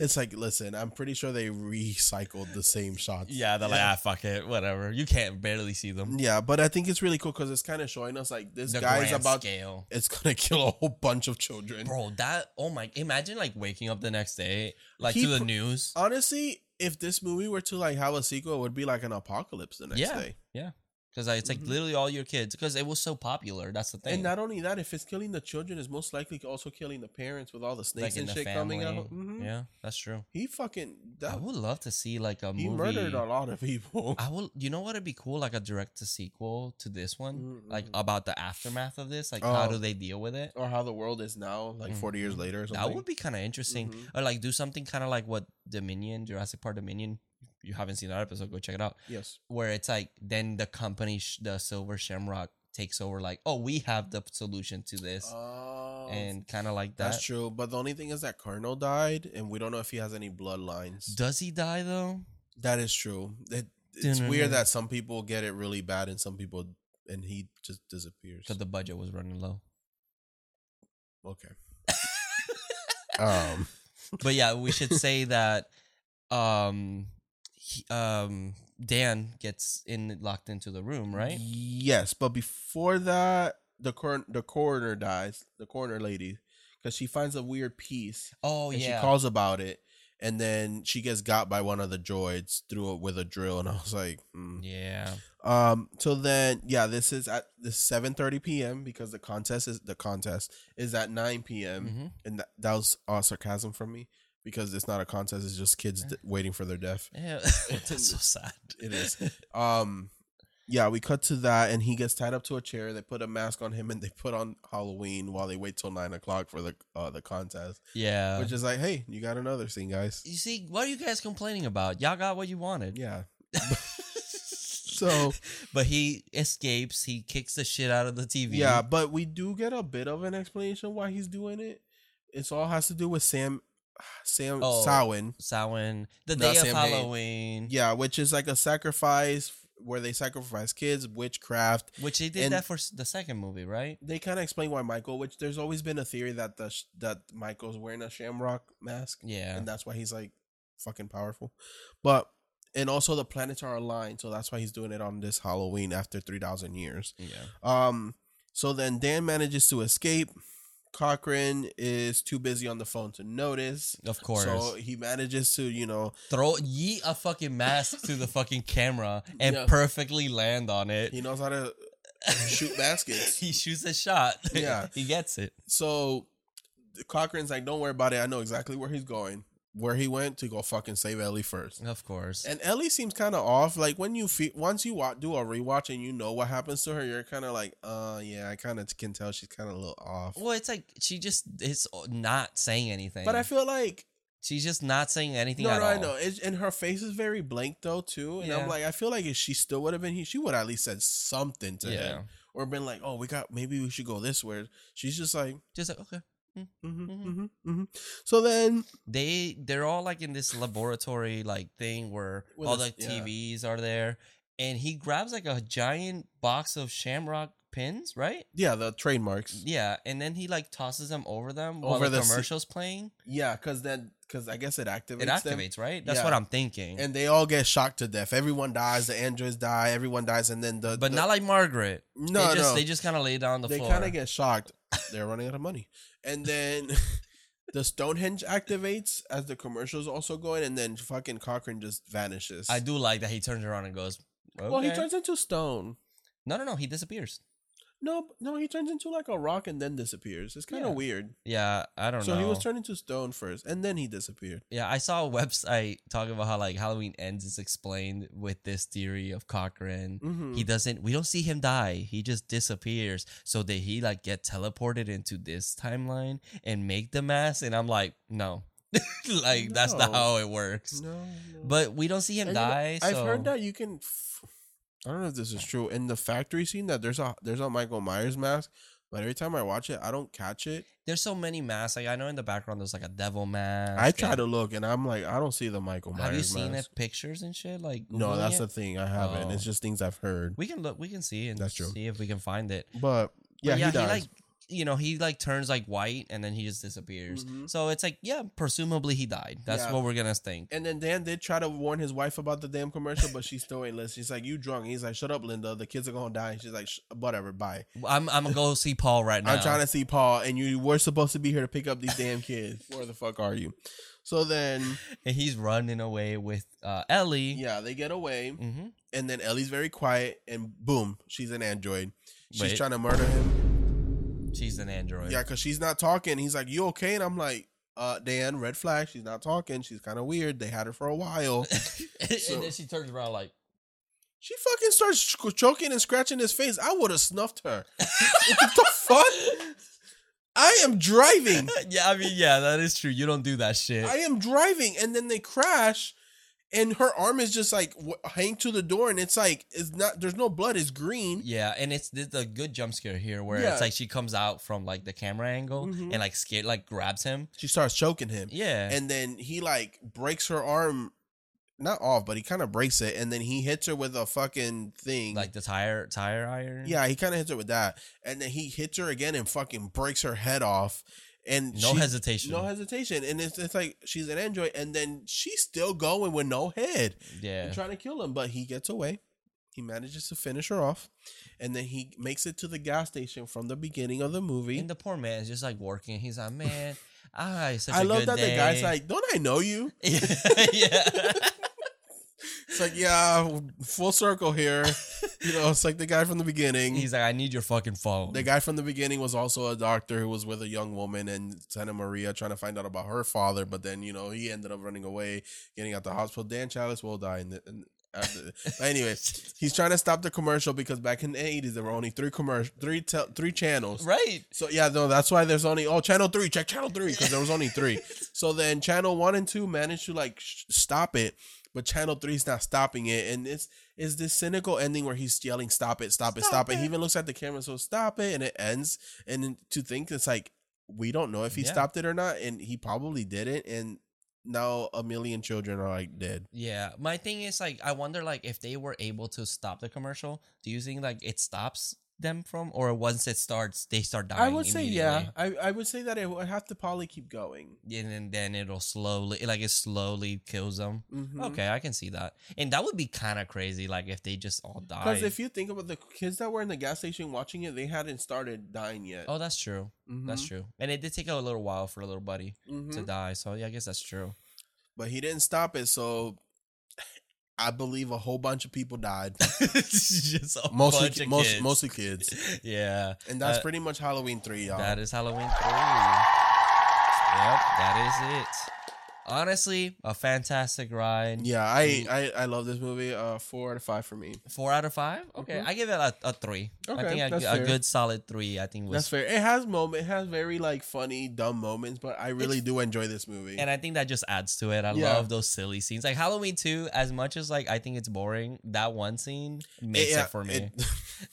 Speaker 1: it's like listen i'm pretty sure they recycled the same shots
Speaker 2: yeah, they're
Speaker 1: Yeah.
Speaker 2: like, ah, fuck it, whatever. You can't barely see them.
Speaker 1: yeah but i think it's really cool because it's kind of showing us like this
Speaker 2: The
Speaker 1: guy's
Speaker 2: grand
Speaker 1: about
Speaker 2: scale.
Speaker 1: it's gonna kill a whole bunch of children
Speaker 2: Bro, that oh my! Imagine like waking up the next day, like
Speaker 1: He
Speaker 2: to the
Speaker 1: pr-
Speaker 2: news.
Speaker 1: honestly if this movie were to like have a sequel it would be like an apocalypse the next
Speaker 2: Yeah.
Speaker 1: day
Speaker 2: Because it's like
Speaker 1: Mhm.
Speaker 2: literally all your kids. Because it was so popular. That's the thing.
Speaker 1: and not only that if it's killing the children it's most likely also killing the parents with all the snakes
Speaker 2: like in
Speaker 1: and
Speaker 2: the
Speaker 1: shit
Speaker 2: family.
Speaker 1: coming out Mhm.
Speaker 2: Yeah, that's true.
Speaker 1: he fucking
Speaker 2: I
Speaker 1: that
Speaker 2: would love to see like a
Speaker 1: he
Speaker 2: movie.
Speaker 1: murdered a lot of people
Speaker 2: I will. You know what? It'd be cool, like a direct to sequel to this one, like
Speaker 1: Mhm.
Speaker 2: about the aftermath of this. Like, how
Speaker 1: Oh.
Speaker 2: do they deal with it?
Speaker 1: or how the world is now, like 40 years later or something.
Speaker 2: Mm. That would be kind of interesting.
Speaker 1: Mhm.
Speaker 2: Or like do something kind of like what Dominion, Jurassic Park Dominion. if You haven't seen that episode? Go check it out.
Speaker 1: yes.
Speaker 2: Where it's like then the company, sh- the Silver Shamrock, takes over. Like, oh, we have the solution to this,
Speaker 1: Oh,
Speaker 2: and kind of like that.
Speaker 1: that's true. But the only thing is that Colonel died, and we don't know if he has any bloodlines.
Speaker 2: Does he die though?
Speaker 1: that is true. It, it's weird
Speaker 2: Dun-dun-dun.
Speaker 1: that some people get it really bad, and some people, and he just disappears.
Speaker 2: Because the budget was running low.
Speaker 1: Okay. um.
Speaker 2: but yeah, we should say that um he, um Dan gets in locked into the room, right?
Speaker 1: Yes, but before that, the cor- the coroner dies. The coroner lady, because she finds a weird piece
Speaker 2: Oh
Speaker 1: and
Speaker 2: yeah.
Speaker 1: she calls about it, and then she gets got by one of the droids through it with a drill, and I was like, mm.
Speaker 2: yeah.
Speaker 1: um. So then, yeah, this is at this seven thirty p.m. because the contest is the contest is at nine p.m.
Speaker 2: hmm
Speaker 1: and that, that was all sarcasm from me because it's not a contest; it's just kids d- waiting for their death.
Speaker 2: Yeah. That's so sad.
Speaker 1: It is. Um, yeah, we cut to that, and he gets tied up to a chair. They put a mask on him, and they put on Halloween while they wait till nine o'clock for the uh, the contest,
Speaker 2: yeah. E
Speaker 1: which is like, hey, you got another scene, guys.
Speaker 2: you see, what are you guys complaining about? Y'all got what you wanted.
Speaker 1: Yeah. So
Speaker 2: But he escapes. He kicks the shit out of the TV.
Speaker 1: yeah, but we do get a bit of an explanation why he's doing it. It's all has to do with Sam, Sam
Speaker 2: Oh.
Speaker 1: Samhain.
Speaker 2: Samhain. The
Speaker 1: Not
Speaker 2: day of
Speaker 1: Samhain.
Speaker 2: Halloween.
Speaker 1: Yeah, which is like a sacrifice where they sacrifice kids, witchcraft,
Speaker 2: Which they did
Speaker 1: And-
Speaker 2: that for s- the second movie, right?
Speaker 1: they kind of explain why Michael, which there's always been a theory that the sh- that Michael's wearing a Shamrock mask,
Speaker 2: Yeah.
Speaker 1: and that's why he's like fucking powerful. But and also the planets are aligned, so that's why he's doing it on this Halloween after three thousand years.
Speaker 2: yeah.
Speaker 1: Um, so then Dan manages to escape. Cochrane is too busy on the phone to notice.
Speaker 2: Of course.
Speaker 1: So he manages to, you know,
Speaker 2: Throw yeet a fucking mask to the fucking camera and
Speaker 1: Yeah.
Speaker 2: perfectly land on it.
Speaker 1: he knows how to shoot baskets.
Speaker 2: he shoots a shot.
Speaker 1: Yeah.
Speaker 2: he gets it.
Speaker 1: So Cochrane's like, don't worry about it. I know exactly where he's going, where he went to go fucking save Ellie first.
Speaker 2: Of course.
Speaker 1: And Ellie seems kind of off. Like when you fe- once you wa- do a rewatch and you know what happens to her, you're kind of like, uh, yeah, I kind of can tell she's kind of a little off.
Speaker 2: well, it's like she just is not saying anything.
Speaker 1: But I feel like
Speaker 2: she's just not saying anything
Speaker 1: no,
Speaker 2: at
Speaker 1: no,
Speaker 2: all.
Speaker 1: I know. It's, and her face is very blank though too. And
Speaker 2: Yeah.
Speaker 1: I'm like, I feel like if she still would have been here, she would at least said something to
Speaker 2: Yeah.
Speaker 1: him or been like, oh, we got maybe we should go this way. She's just like,
Speaker 2: Just like okay.
Speaker 1: hmm
Speaker 2: Mhm.
Speaker 1: hmm hmm So then
Speaker 2: They they're all like in this laboratory like thing where
Speaker 1: With
Speaker 2: all
Speaker 1: a-
Speaker 2: the
Speaker 1: yeah.
Speaker 2: TVs are there, and he grabs like a giant box of Shamrock pins, right?
Speaker 1: yeah, the trademarks.
Speaker 2: Yeah, and then he like tosses them over them while
Speaker 1: Over
Speaker 2: the
Speaker 1: the se-
Speaker 2: commercials playing.
Speaker 1: Yeah, because then because I guess it activates.
Speaker 2: It
Speaker 1: Them,
Speaker 2: activates, right? That's
Speaker 1: Yeah.
Speaker 2: what I'm thinking.
Speaker 1: and they all get shocked to death. Everyone dies. The androids die. Everyone dies, and then the
Speaker 2: but
Speaker 1: the-
Speaker 2: not like Margaret.
Speaker 1: no
Speaker 2: they just,
Speaker 1: no
Speaker 2: They just kind of lay down on the
Speaker 1: they
Speaker 2: floor.
Speaker 1: kind of get shocked. They're running out of money, and then the Stonehenge activates as the commercials also going, and then fucking Cochrane just vanishes.
Speaker 2: I do like that he turns around and goes.
Speaker 1: Well, he
Speaker 2: "Okay."
Speaker 1: turns into stone.
Speaker 2: No, no, no. He disappears.
Speaker 1: No, no, he turns into like a rock and then disappears. It's kind of
Speaker 2: Yeah.
Speaker 1: weird.
Speaker 2: Yeah, I don't
Speaker 1: So
Speaker 2: know.
Speaker 1: he was turned into stone first, and then he disappeared.
Speaker 2: yeah, I saw a website talking about how like Halloween ends is explained with this theory of Cochrane.
Speaker 1: Mhm.
Speaker 2: He doesn't. We don't see him die. He just disappears. So did he like get teleported into this timeline and make the mask? And I'm like, no, like that's not
Speaker 1: No.
Speaker 2: how it works.
Speaker 1: no, no.
Speaker 2: But we don't see him
Speaker 1: And you know,
Speaker 2: die.
Speaker 1: I've
Speaker 2: so-
Speaker 1: heard that you can. F- I don't know if this is true in the factory scene that there's a there's a Michael Myers mask, but every time I watch it, I don't catch it.
Speaker 2: there's so many masks. Like I know in the background there's like a devil mask.
Speaker 1: I try
Speaker 2: and-
Speaker 1: to look and I'm like, I don't see the Michael Myers.
Speaker 2: Have you seen
Speaker 1: mask.
Speaker 2: it pictures and shit? Like
Speaker 1: No,
Speaker 2: Googling
Speaker 1: that's
Speaker 2: it?
Speaker 1: the thing. I haven't.
Speaker 2: Oh.
Speaker 1: It's just things I've heard.
Speaker 2: we can look. We can see and
Speaker 1: That's true.
Speaker 2: see if we can find it.
Speaker 1: But
Speaker 2: But
Speaker 1: yeah, he dies.
Speaker 2: like you know he like turns like white and then he just disappears.
Speaker 1: Mhm.
Speaker 2: So it's like yeah, presumably he died. That's
Speaker 1: Yeah.
Speaker 2: what we're gonna think.
Speaker 1: and then Dan did try to warn his wife about the damn commercial, but she still ain't listening. She's like, "You drunk?" He's like, "Shut up, Linda. The kids are gonna die." And she's like, Sh- "Whatever, bye."
Speaker 2: I'm I'm gonna go see Paul right now.
Speaker 1: I'm trying to see Paul, and you were supposed to be here to pick up these damn kids. Where the fuck are you? So then,
Speaker 2: and he's running away with uh, Ellie.
Speaker 1: yeah, they get away.
Speaker 2: hmm
Speaker 1: and then Ellie's very quiet, and boom, she's an android. She's
Speaker 2: Wait.
Speaker 1: trying to murder him.
Speaker 2: She's an android.
Speaker 1: Yeah, because she's not talking. He's like, "You okay?" And I'm like, "Uh, Dan, red flag. She's not talking. She's kind of weird. They had her for a while.
Speaker 2: and then she turns around like
Speaker 1: she fucking starts ch- choking and scratching his face. I would have snuffed her. what the fuck? I am driving.
Speaker 2: yeah. I mean yeah, that is true. You don't do that shit.
Speaker 1: I am driving, and then they crash, and her arm is just like w- hanged to the door, and it's like it's not. There's no blood. It's green.
Speaker 2: Yeah, and it's the, the good jump scare here where
Speaker 1: Yeah.
Speaker 2: it's like she comes out from like the camera angle
Speaker 1: Mhm.
Speaker 2: and like scared like grabs him.
Speaker 1: She starts choking him.
Speaker 2: Yeah.
Speaker 1: and then he like breaks her arm not off but he kind of breaks it and then he hits her with a fucking thing
Speaker 2: like the tire tire iron.
Speaker 1: yeah he kind of hits her with that and then he hits her again and fucking breaks her head off and
Speaker 2: No
Speaker 1: she-
Speaker 2: hesitation.
Speaker 1: no hesitation. And it's, it's like she's an android, and then she's still going with no head
Speaker 2: yeah.
Speaker 1: and trying to kill him, but he gets away. He manages to finish her off, and then he makes it to the gas station from the beginning of the movie.
Speaker 2: And the poor man is just like working. He's like, man, I such
Speaker 1: I
Speaker 2: a
Speaker 1: love
Speaker 2: good
Speaker 1: that
Speaker 2: day.
Speaker 1: the guy's like, "Don't I know you?"
Speaker 2: yeah.
Speaker 1: It's like, yeah, full circle here. you know, it's like the guy from the beginning.
Speaker 2: He's like, I need your fucking phone.
Speaker 1: The guy from the beginning was also a doctor who was with a young woman and Santa Maria trying to find out about her father, but then you know he ended up running away, getting out the hospital. Dan Chalice will die. In the, in, after. But anyway, he's trying to stop the commercial because back in the eighties there were only three commercial, three tel three channels.
Speaker 2: right.
Speaker 1: So yeah, no, that's why there's only oh channel three. Check channel three because there was only three. so then channel one and two managed to like sh- stop it, but channel three's not stopping it, and it's it's this cynical ending where he's yelling, "Stop it! Stop it! Stop, it. He even looks at the camera, so stop it, and it ends. And then to think it's like we don't know if he
Speaker 2: Yeah.
Speaker 1: stopped it or not, and he probably didn't, and now a million children are like dead.
Speaker 2: Yeah. My thing is like, I wonder like if they were able to stop the commercial. Do you think like it stops them from, or once it starts, they start dying? immediately?
Speaker 1: I I would say that it would have to probably keep going.
Speaker 2: And then, then it'll slowly, like it slowly kills them.
Speaker 1: Mhm.
Speaker 2: Okay, I can see that, and that would be kind of crazy. Like if they just all died.
Speaker 1: Because if you think about the kids that were in the gas station watching it, they hadn't started dying yet.
Speaker 2: oh, that's true.
Speaker 1: Mm-hmm.
Speaker 2: That's true. And it did take a little while for a little buddy
Speaker 1: Mhm.
Speaker 2: to die. So yeah, I guess that's true.
Speaker 1: But he didn't stop it, so I believe a whole bunch of people died.
Speaker 2: Just a
Speaker 1: Mostly,
Speaker 2: bunch of
Speaker 1: most,
Speaker 2: kids.
Speaker 1: mostly kids,
Speaker 2: Yeah.
Speaker 1: and that's
Speaker 2: Uh,
Speaker 1: pretty much Halloween three, y'all.
Speaker 2: That is Halloween 3. Yep, that is it. Honestly, a fantastic ride.
Speaker 1: yeah, I, I I love this movie. Uh, four out of five for me.
Speaker 2: Four out of five? Okay.
Speaker 1: Mhm.
Speaker 2: I give it a, a three.
Speaker 1: Okay,
Speaker 2: I think a-
Speaker 1: that's
Speaker 2: a,
Speaker 1: fair.
Speaker 2: good solid three, I think
Speaker 1: That's
Speaker 2: was
Speaker 1: fair. It has moment, it has very like funny, dumb moments, but I really do enjoy this movie.
Speaker 2: and I think that just adds to it. I
Speaker 1: Yeah.
Speaker 2: love those silly scenes. Like Halloween 2, as much as like I think it's boring, that one scene makes
Speaker 1: yeah,
Speaker 2: it for me.
Speaker 1: it-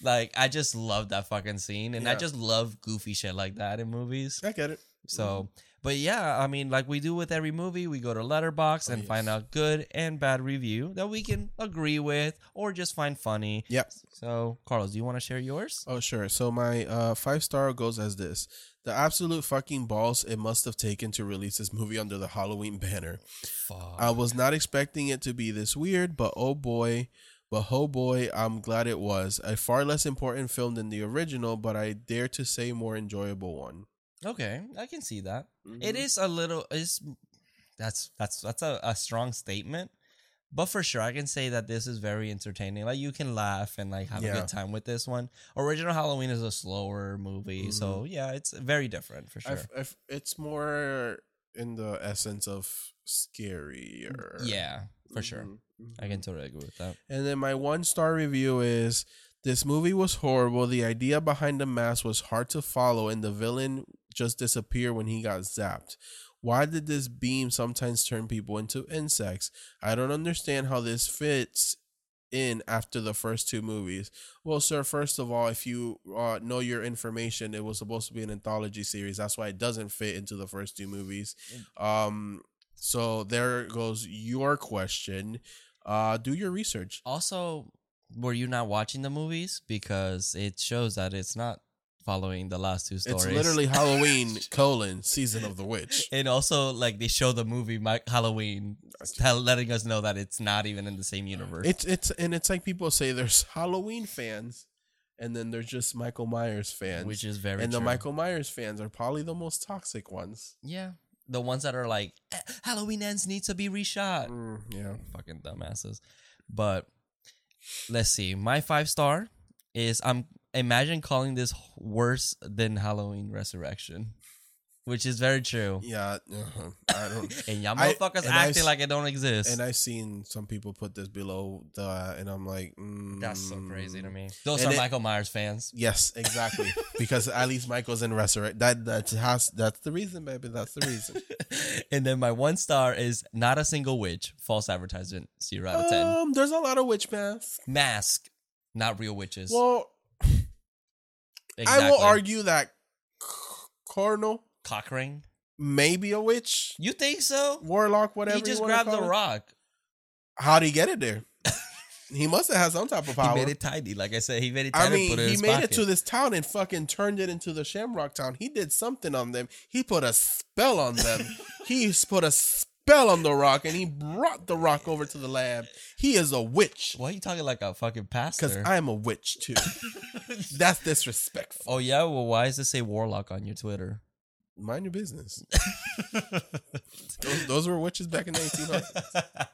Speaker 2: Like I just love that fucking scene, and I
Speaker 1: Yeah.
Speaker 2: just love goofy shit like that in movies.
Speaker 1: I get it.
Speaker 2: So, but yeah, I mean, like we do with every movie, we go to Letterbox
Speaker 1: Oh,
Speaker 2: and
Speaker 1: yes.
Speaker 2: find out good and bad review that we can agree with or just find funny.
Speaker 1: Yep.
Speaker 2: So, Carlos, do you want to share yours?
Speaker 1: Oh, sure. So my uh, five star goes as this. The absolute fucking balls it must have taken to release this movie under the Halloween banner.
Speaker 2: Fuck.
Speaker 1: I was not expecting it to be this weird, but oh boy, but oh boy, I'm glad it was. A far less important film than the original, but I dare to say more enjoyable one.
Speaker 2: okay, I can see that.
Speaker 1: Mm-hmm.
Speaker 2: It is a little. It's that's that's that's a, a strong statement. But for sure, I can say that this is very entertaining. Like you can laugh and like have a
Speaker 1: Yeah.
Speaker 2: good time with this one. Original Halloween is a slower movie, so yeah, it's very different for
Speaker 1: Mm-hmm. I
Speaker 2: sure.
Speaker 1: f- I f- it's more in the essence of scarier.
Speaker 2: yeah, for sure,
Speaker 1: mm-hmm,
Speaker 2: I can totally agree with that.
Speaker 1: And then my one star review is this movie was horrible. The idea behind the mask was hard to follow, and the villain just disappeared when he got zapped. Why did this beam sometimes turn people into insects? I don't understand how this fits in after the first two movies. Well, sir, first of all, if you uh, know your information, it was supposed to be an anthology series. That's why it doesn't fit into the first two movies. Um, so there goes your question. Uh, do your research.
Speaker 2: Also, were you not watching the movies because it shows that it's not following the last two stories?
Speaker 1: It's literally Halloween colon season of the witch.
Speaker 2: And also, like they show the movie Mi- Halloween, tell, letting us know that it's not even in the same universe.
Speaker 1: It's it's and it's like people say there's Halloween fans, and then there's just Michael Myers fans,
Speaker 2: which is very
Speaker 1: and the
Speaker 2: true.
Speaker 1: Michael Myers fans are probably the most toxic ones.
Speaker 2: yeah, the ones that are like "Eh, Halloween ends need to be reshot.
Speaker 1: Mm, yeah,
Speaker 2: Fucking dumbasses. But let's see. My five star is I'm imagine calling this worse than Halloween Resurrection, which is very true.
Speaker 1: yeah. uh-huh. I don't.
Speaker 2: And y'all
Speaker 1: I-
Speaker 2: motherfuckers
Speaker 1: and I
Speaker 2: acting
Speaker 1: s-
Speaker 2: like it don't exist.
Speaker 1: And I've seen some people put this below the, and I'm like, mm,
Speaker 2: That's so crazy to me. Those
Speaker 1: And
Speaker 2: are
Speaker 1: it-
Speaker 2: Michael Myers fans.
Speaker 1: Yes, exactly. because at least Michael's in resurrect. That that's has that's the reason, baby. That's the reason.
Speaker 2: and then my one star is not a single witch. False advertisement. Zero out of ten.
Speaker 1: um, there's a lot of witch masks.
Speaker 2: Mask. Not real witches.
Speaker 1: Well, I will argue that Colonel
Speaker 2: Cockring.
Speaker 1: maybe a witch,
Speaker 2: You think so?
Speaker 1: warlock, whatever.
Speaker 2: he just
Speaker 1: you wanna
Speaker 2: grabbed
Speaker 1: call
Speaker 2: the
Speaker 1: it.
Speaker 2: rock.
Speaker 1: How'd he get it there? He must have had some type of
Speaker 2: He
Speaker 1: power.
Speaker 2: made it tiny. Like I said, he made it tiny.
Speaker 1: I mean,
Speaker 2: put it in
Speaker 1: he
Speaker 2: his
Speaker 1: made it
Speaker 2: pocket.
Speaker 1: to this town and fucking turned it into the Shamrock Town. He did something on them. He put a spell on them. he put a spell on the rock and he brought the rock over to the lab. He is a witch
Speaker 2: Why are you talking like a fucking pastor?
Speaker 1: because I'm a witch too. That's disrespectful.
Speaker 2: oh yeah. Well, why does it say warlock on your Twitter?
Speaker 1: Mind your business. Those, those were witches back in the 1800s.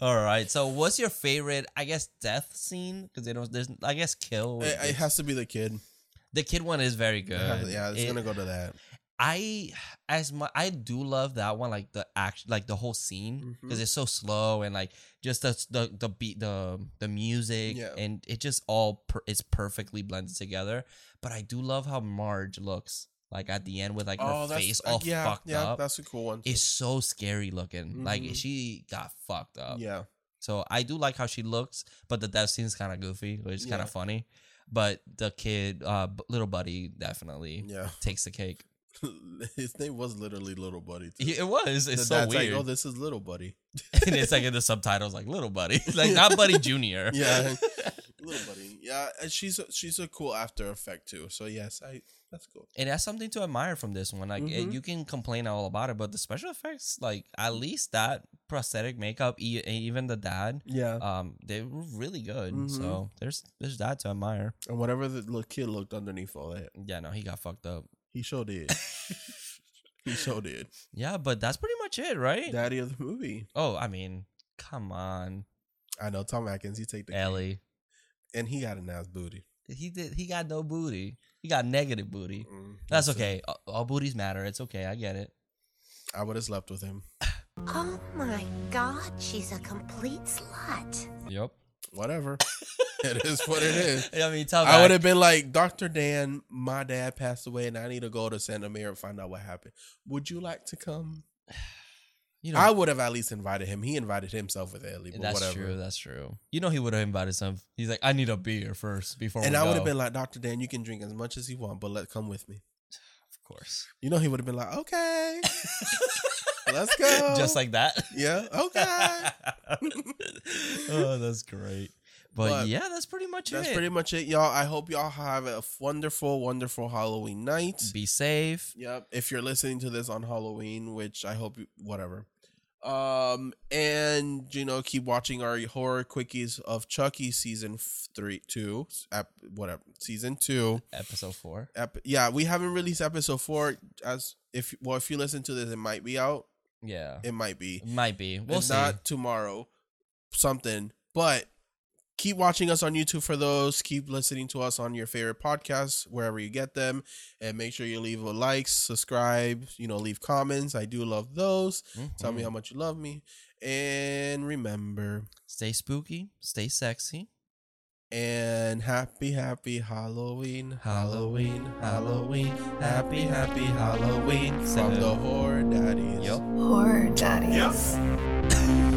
Speaker 2: All right. So, what's your favorite? I guess death scene because they don't. There's. I guess kill.
Speaker 1: It, it has to be the kid.
Speaker 2: the kid one is very good.
Speaker 1: Yeah, it's
Speaker 2: It-
Speaker 1: gonna go to that.
Speaker 2: I as much I do love that one, like the action, like the whole scene, because
Speaker 1: Mm-hmm.
Speaker 2: it's so slow and like just the the, the beat, the the music,
Speaker 1: Yeah.
Speaker 2: and it just all per, it's perfectly blended together. But I do love how Marge looks like at the end with like her face all
Speaker 1: Oh, uh, yeah,
Speaker 2: fucked
Speaker 1: yeah,
Speaker 2: up.
Speaker 1: that's a cool one.
Speaker 2: It's so scary looking. Like
Speaker 1: Mhm.
Speaker 2: she got fucked up.
Speaker 1: yeah,
Speaker 2: So I do like how she looks, but the death scene's kind of goofy, which is kind
Speaker 1: Yeah.
Speaker 2: of funny. But the kid, uh, b- little buddy, definitely
Speaker 1: yeah.
Speaker 2: takes the cake.
Speaker 1: His name was literally Little Buddy. Too.
Speaker 2: It was. It's
Speaker 1: The
Speaker 2: so
Speaker 1: dad's
Speaker 2: weird.
Speaker 1: Like, oh, this is Little Buddy.
Speaker 2: and it's like in the subtitles, like little buddy, like not buddy junior.
Speaker 1: Yeah, Little Buddy. Yeah, and she's a, she's a cool After Effect too. So yes, I that's cool.
Speaker 2: And that's something to admire from this one. Like it-
Speaker 1: Mhm.
Speaker 2: you can complain all about it, but the special effects, like at least that prosthetic makeup, e- and even the dad,
Speaker 1: Yeah,
Speaker 2: um, they were really good.
Speaker 1: Mhm.
Speaker 2: So there's there's that to admire.
Speaker 1: and whatever the little kid looked underneath all that,
Speaker 2: Yeah, no, he got fucked up.
Speaker 1: he sure did. he sure did.
Speaker 2: Yeah, but that's pretty much it, right?
Speaker 1: Daddy of the movie.
Speaker 2: oh, I mean, come on,
Speaker 1: I know Tom Atkins. He take the
Speaker 2: Ellie.
Speaker 1: and he got a nice booty.
Speaker 2: He did. He got no booty. He got negative booty.
Speaker 1: Mm,
Speaker 2: That's
Speaker 1: it.
Speaker 2: okay. All- All booties matter. It's okay. I get it.
Speaker 1: I would have slept with him.
Speaker 5: Oh my god, she's a complete slut.
Speaker 2: Yep.
Speaker 1: Whatever. it is what it is.
Speaker 2: I mean, tell
Speaker 1: I would have been like, Dr. Dan, my dad passed away and I need to go to Santa Maria and find out what happened. Would you like to come?
Speaker 2: You
Speaker 1: I would have at least invited him. He invited himself with Ellie, but
Speaker 2: That's
Speaker 1: whatever.
Speaker 2: true. That's true. You know he would have invited some. He's like, I need a beer first before.
Speaker 1: And
Speaker 2: we
Speaker 1: I would
Speaker 2: go."
Speaker 1: have been like, Dr. Dan, you can drink as much as you want, but let come with me.
Speaker 2: of course,
Speaker 1: You know, he would have been like, okay, let's go.
Speaker 2: just like that.
Speaker 1: Oh, yeah, okay.
Speaker 2: oh, that's great. But,
Speaker 1: But
Speaker 2: yeah, that's pretty much
Speaker 1: That's
Speaker 2: it.
Speaker 1: pretty much it, y'all. I hope y'all have a wonderful, wonderful Halloween night.
Speaker 2: Be safe.
Speaker 1: Yep. If you're listening to this on Halloween, which I hope you, whatever. Um, and you know, keep watching our horror quickies of Chucky season f- three, two, ep, whatever, season two.
Speaker 2: Episode four.
Speaker 1: Ep, yeah, we haven't released episode four. As if well, if you listen to this, it might be out.
Speaker 2: Yeah,
Speaker 1: It might be.
Speaker 2: it might be. We'll
Speaker 1: if
Speaker 2: see.
Speaker 1: not tomorrow, something. But keep watching us on YouTube for those. Keep listening to us on your favorite podcasts, wherever you get them. And make sure you leave a like, subscribe, you know, leave comments. I do love those. Tell me
Speaker 2: Mhm.
Speaker 1: how much you love me. And remember,
Speaker 2: Stay spooky. Stay sexy.
Speaker 1: and happy, happy Halloween.
Speaker 2: Halloween, Halloween,
Speaker 1: Happy, happy Halloween from the Horror Daddies.
Speaker 2: Yup.
Speaker 6: Horror daddies.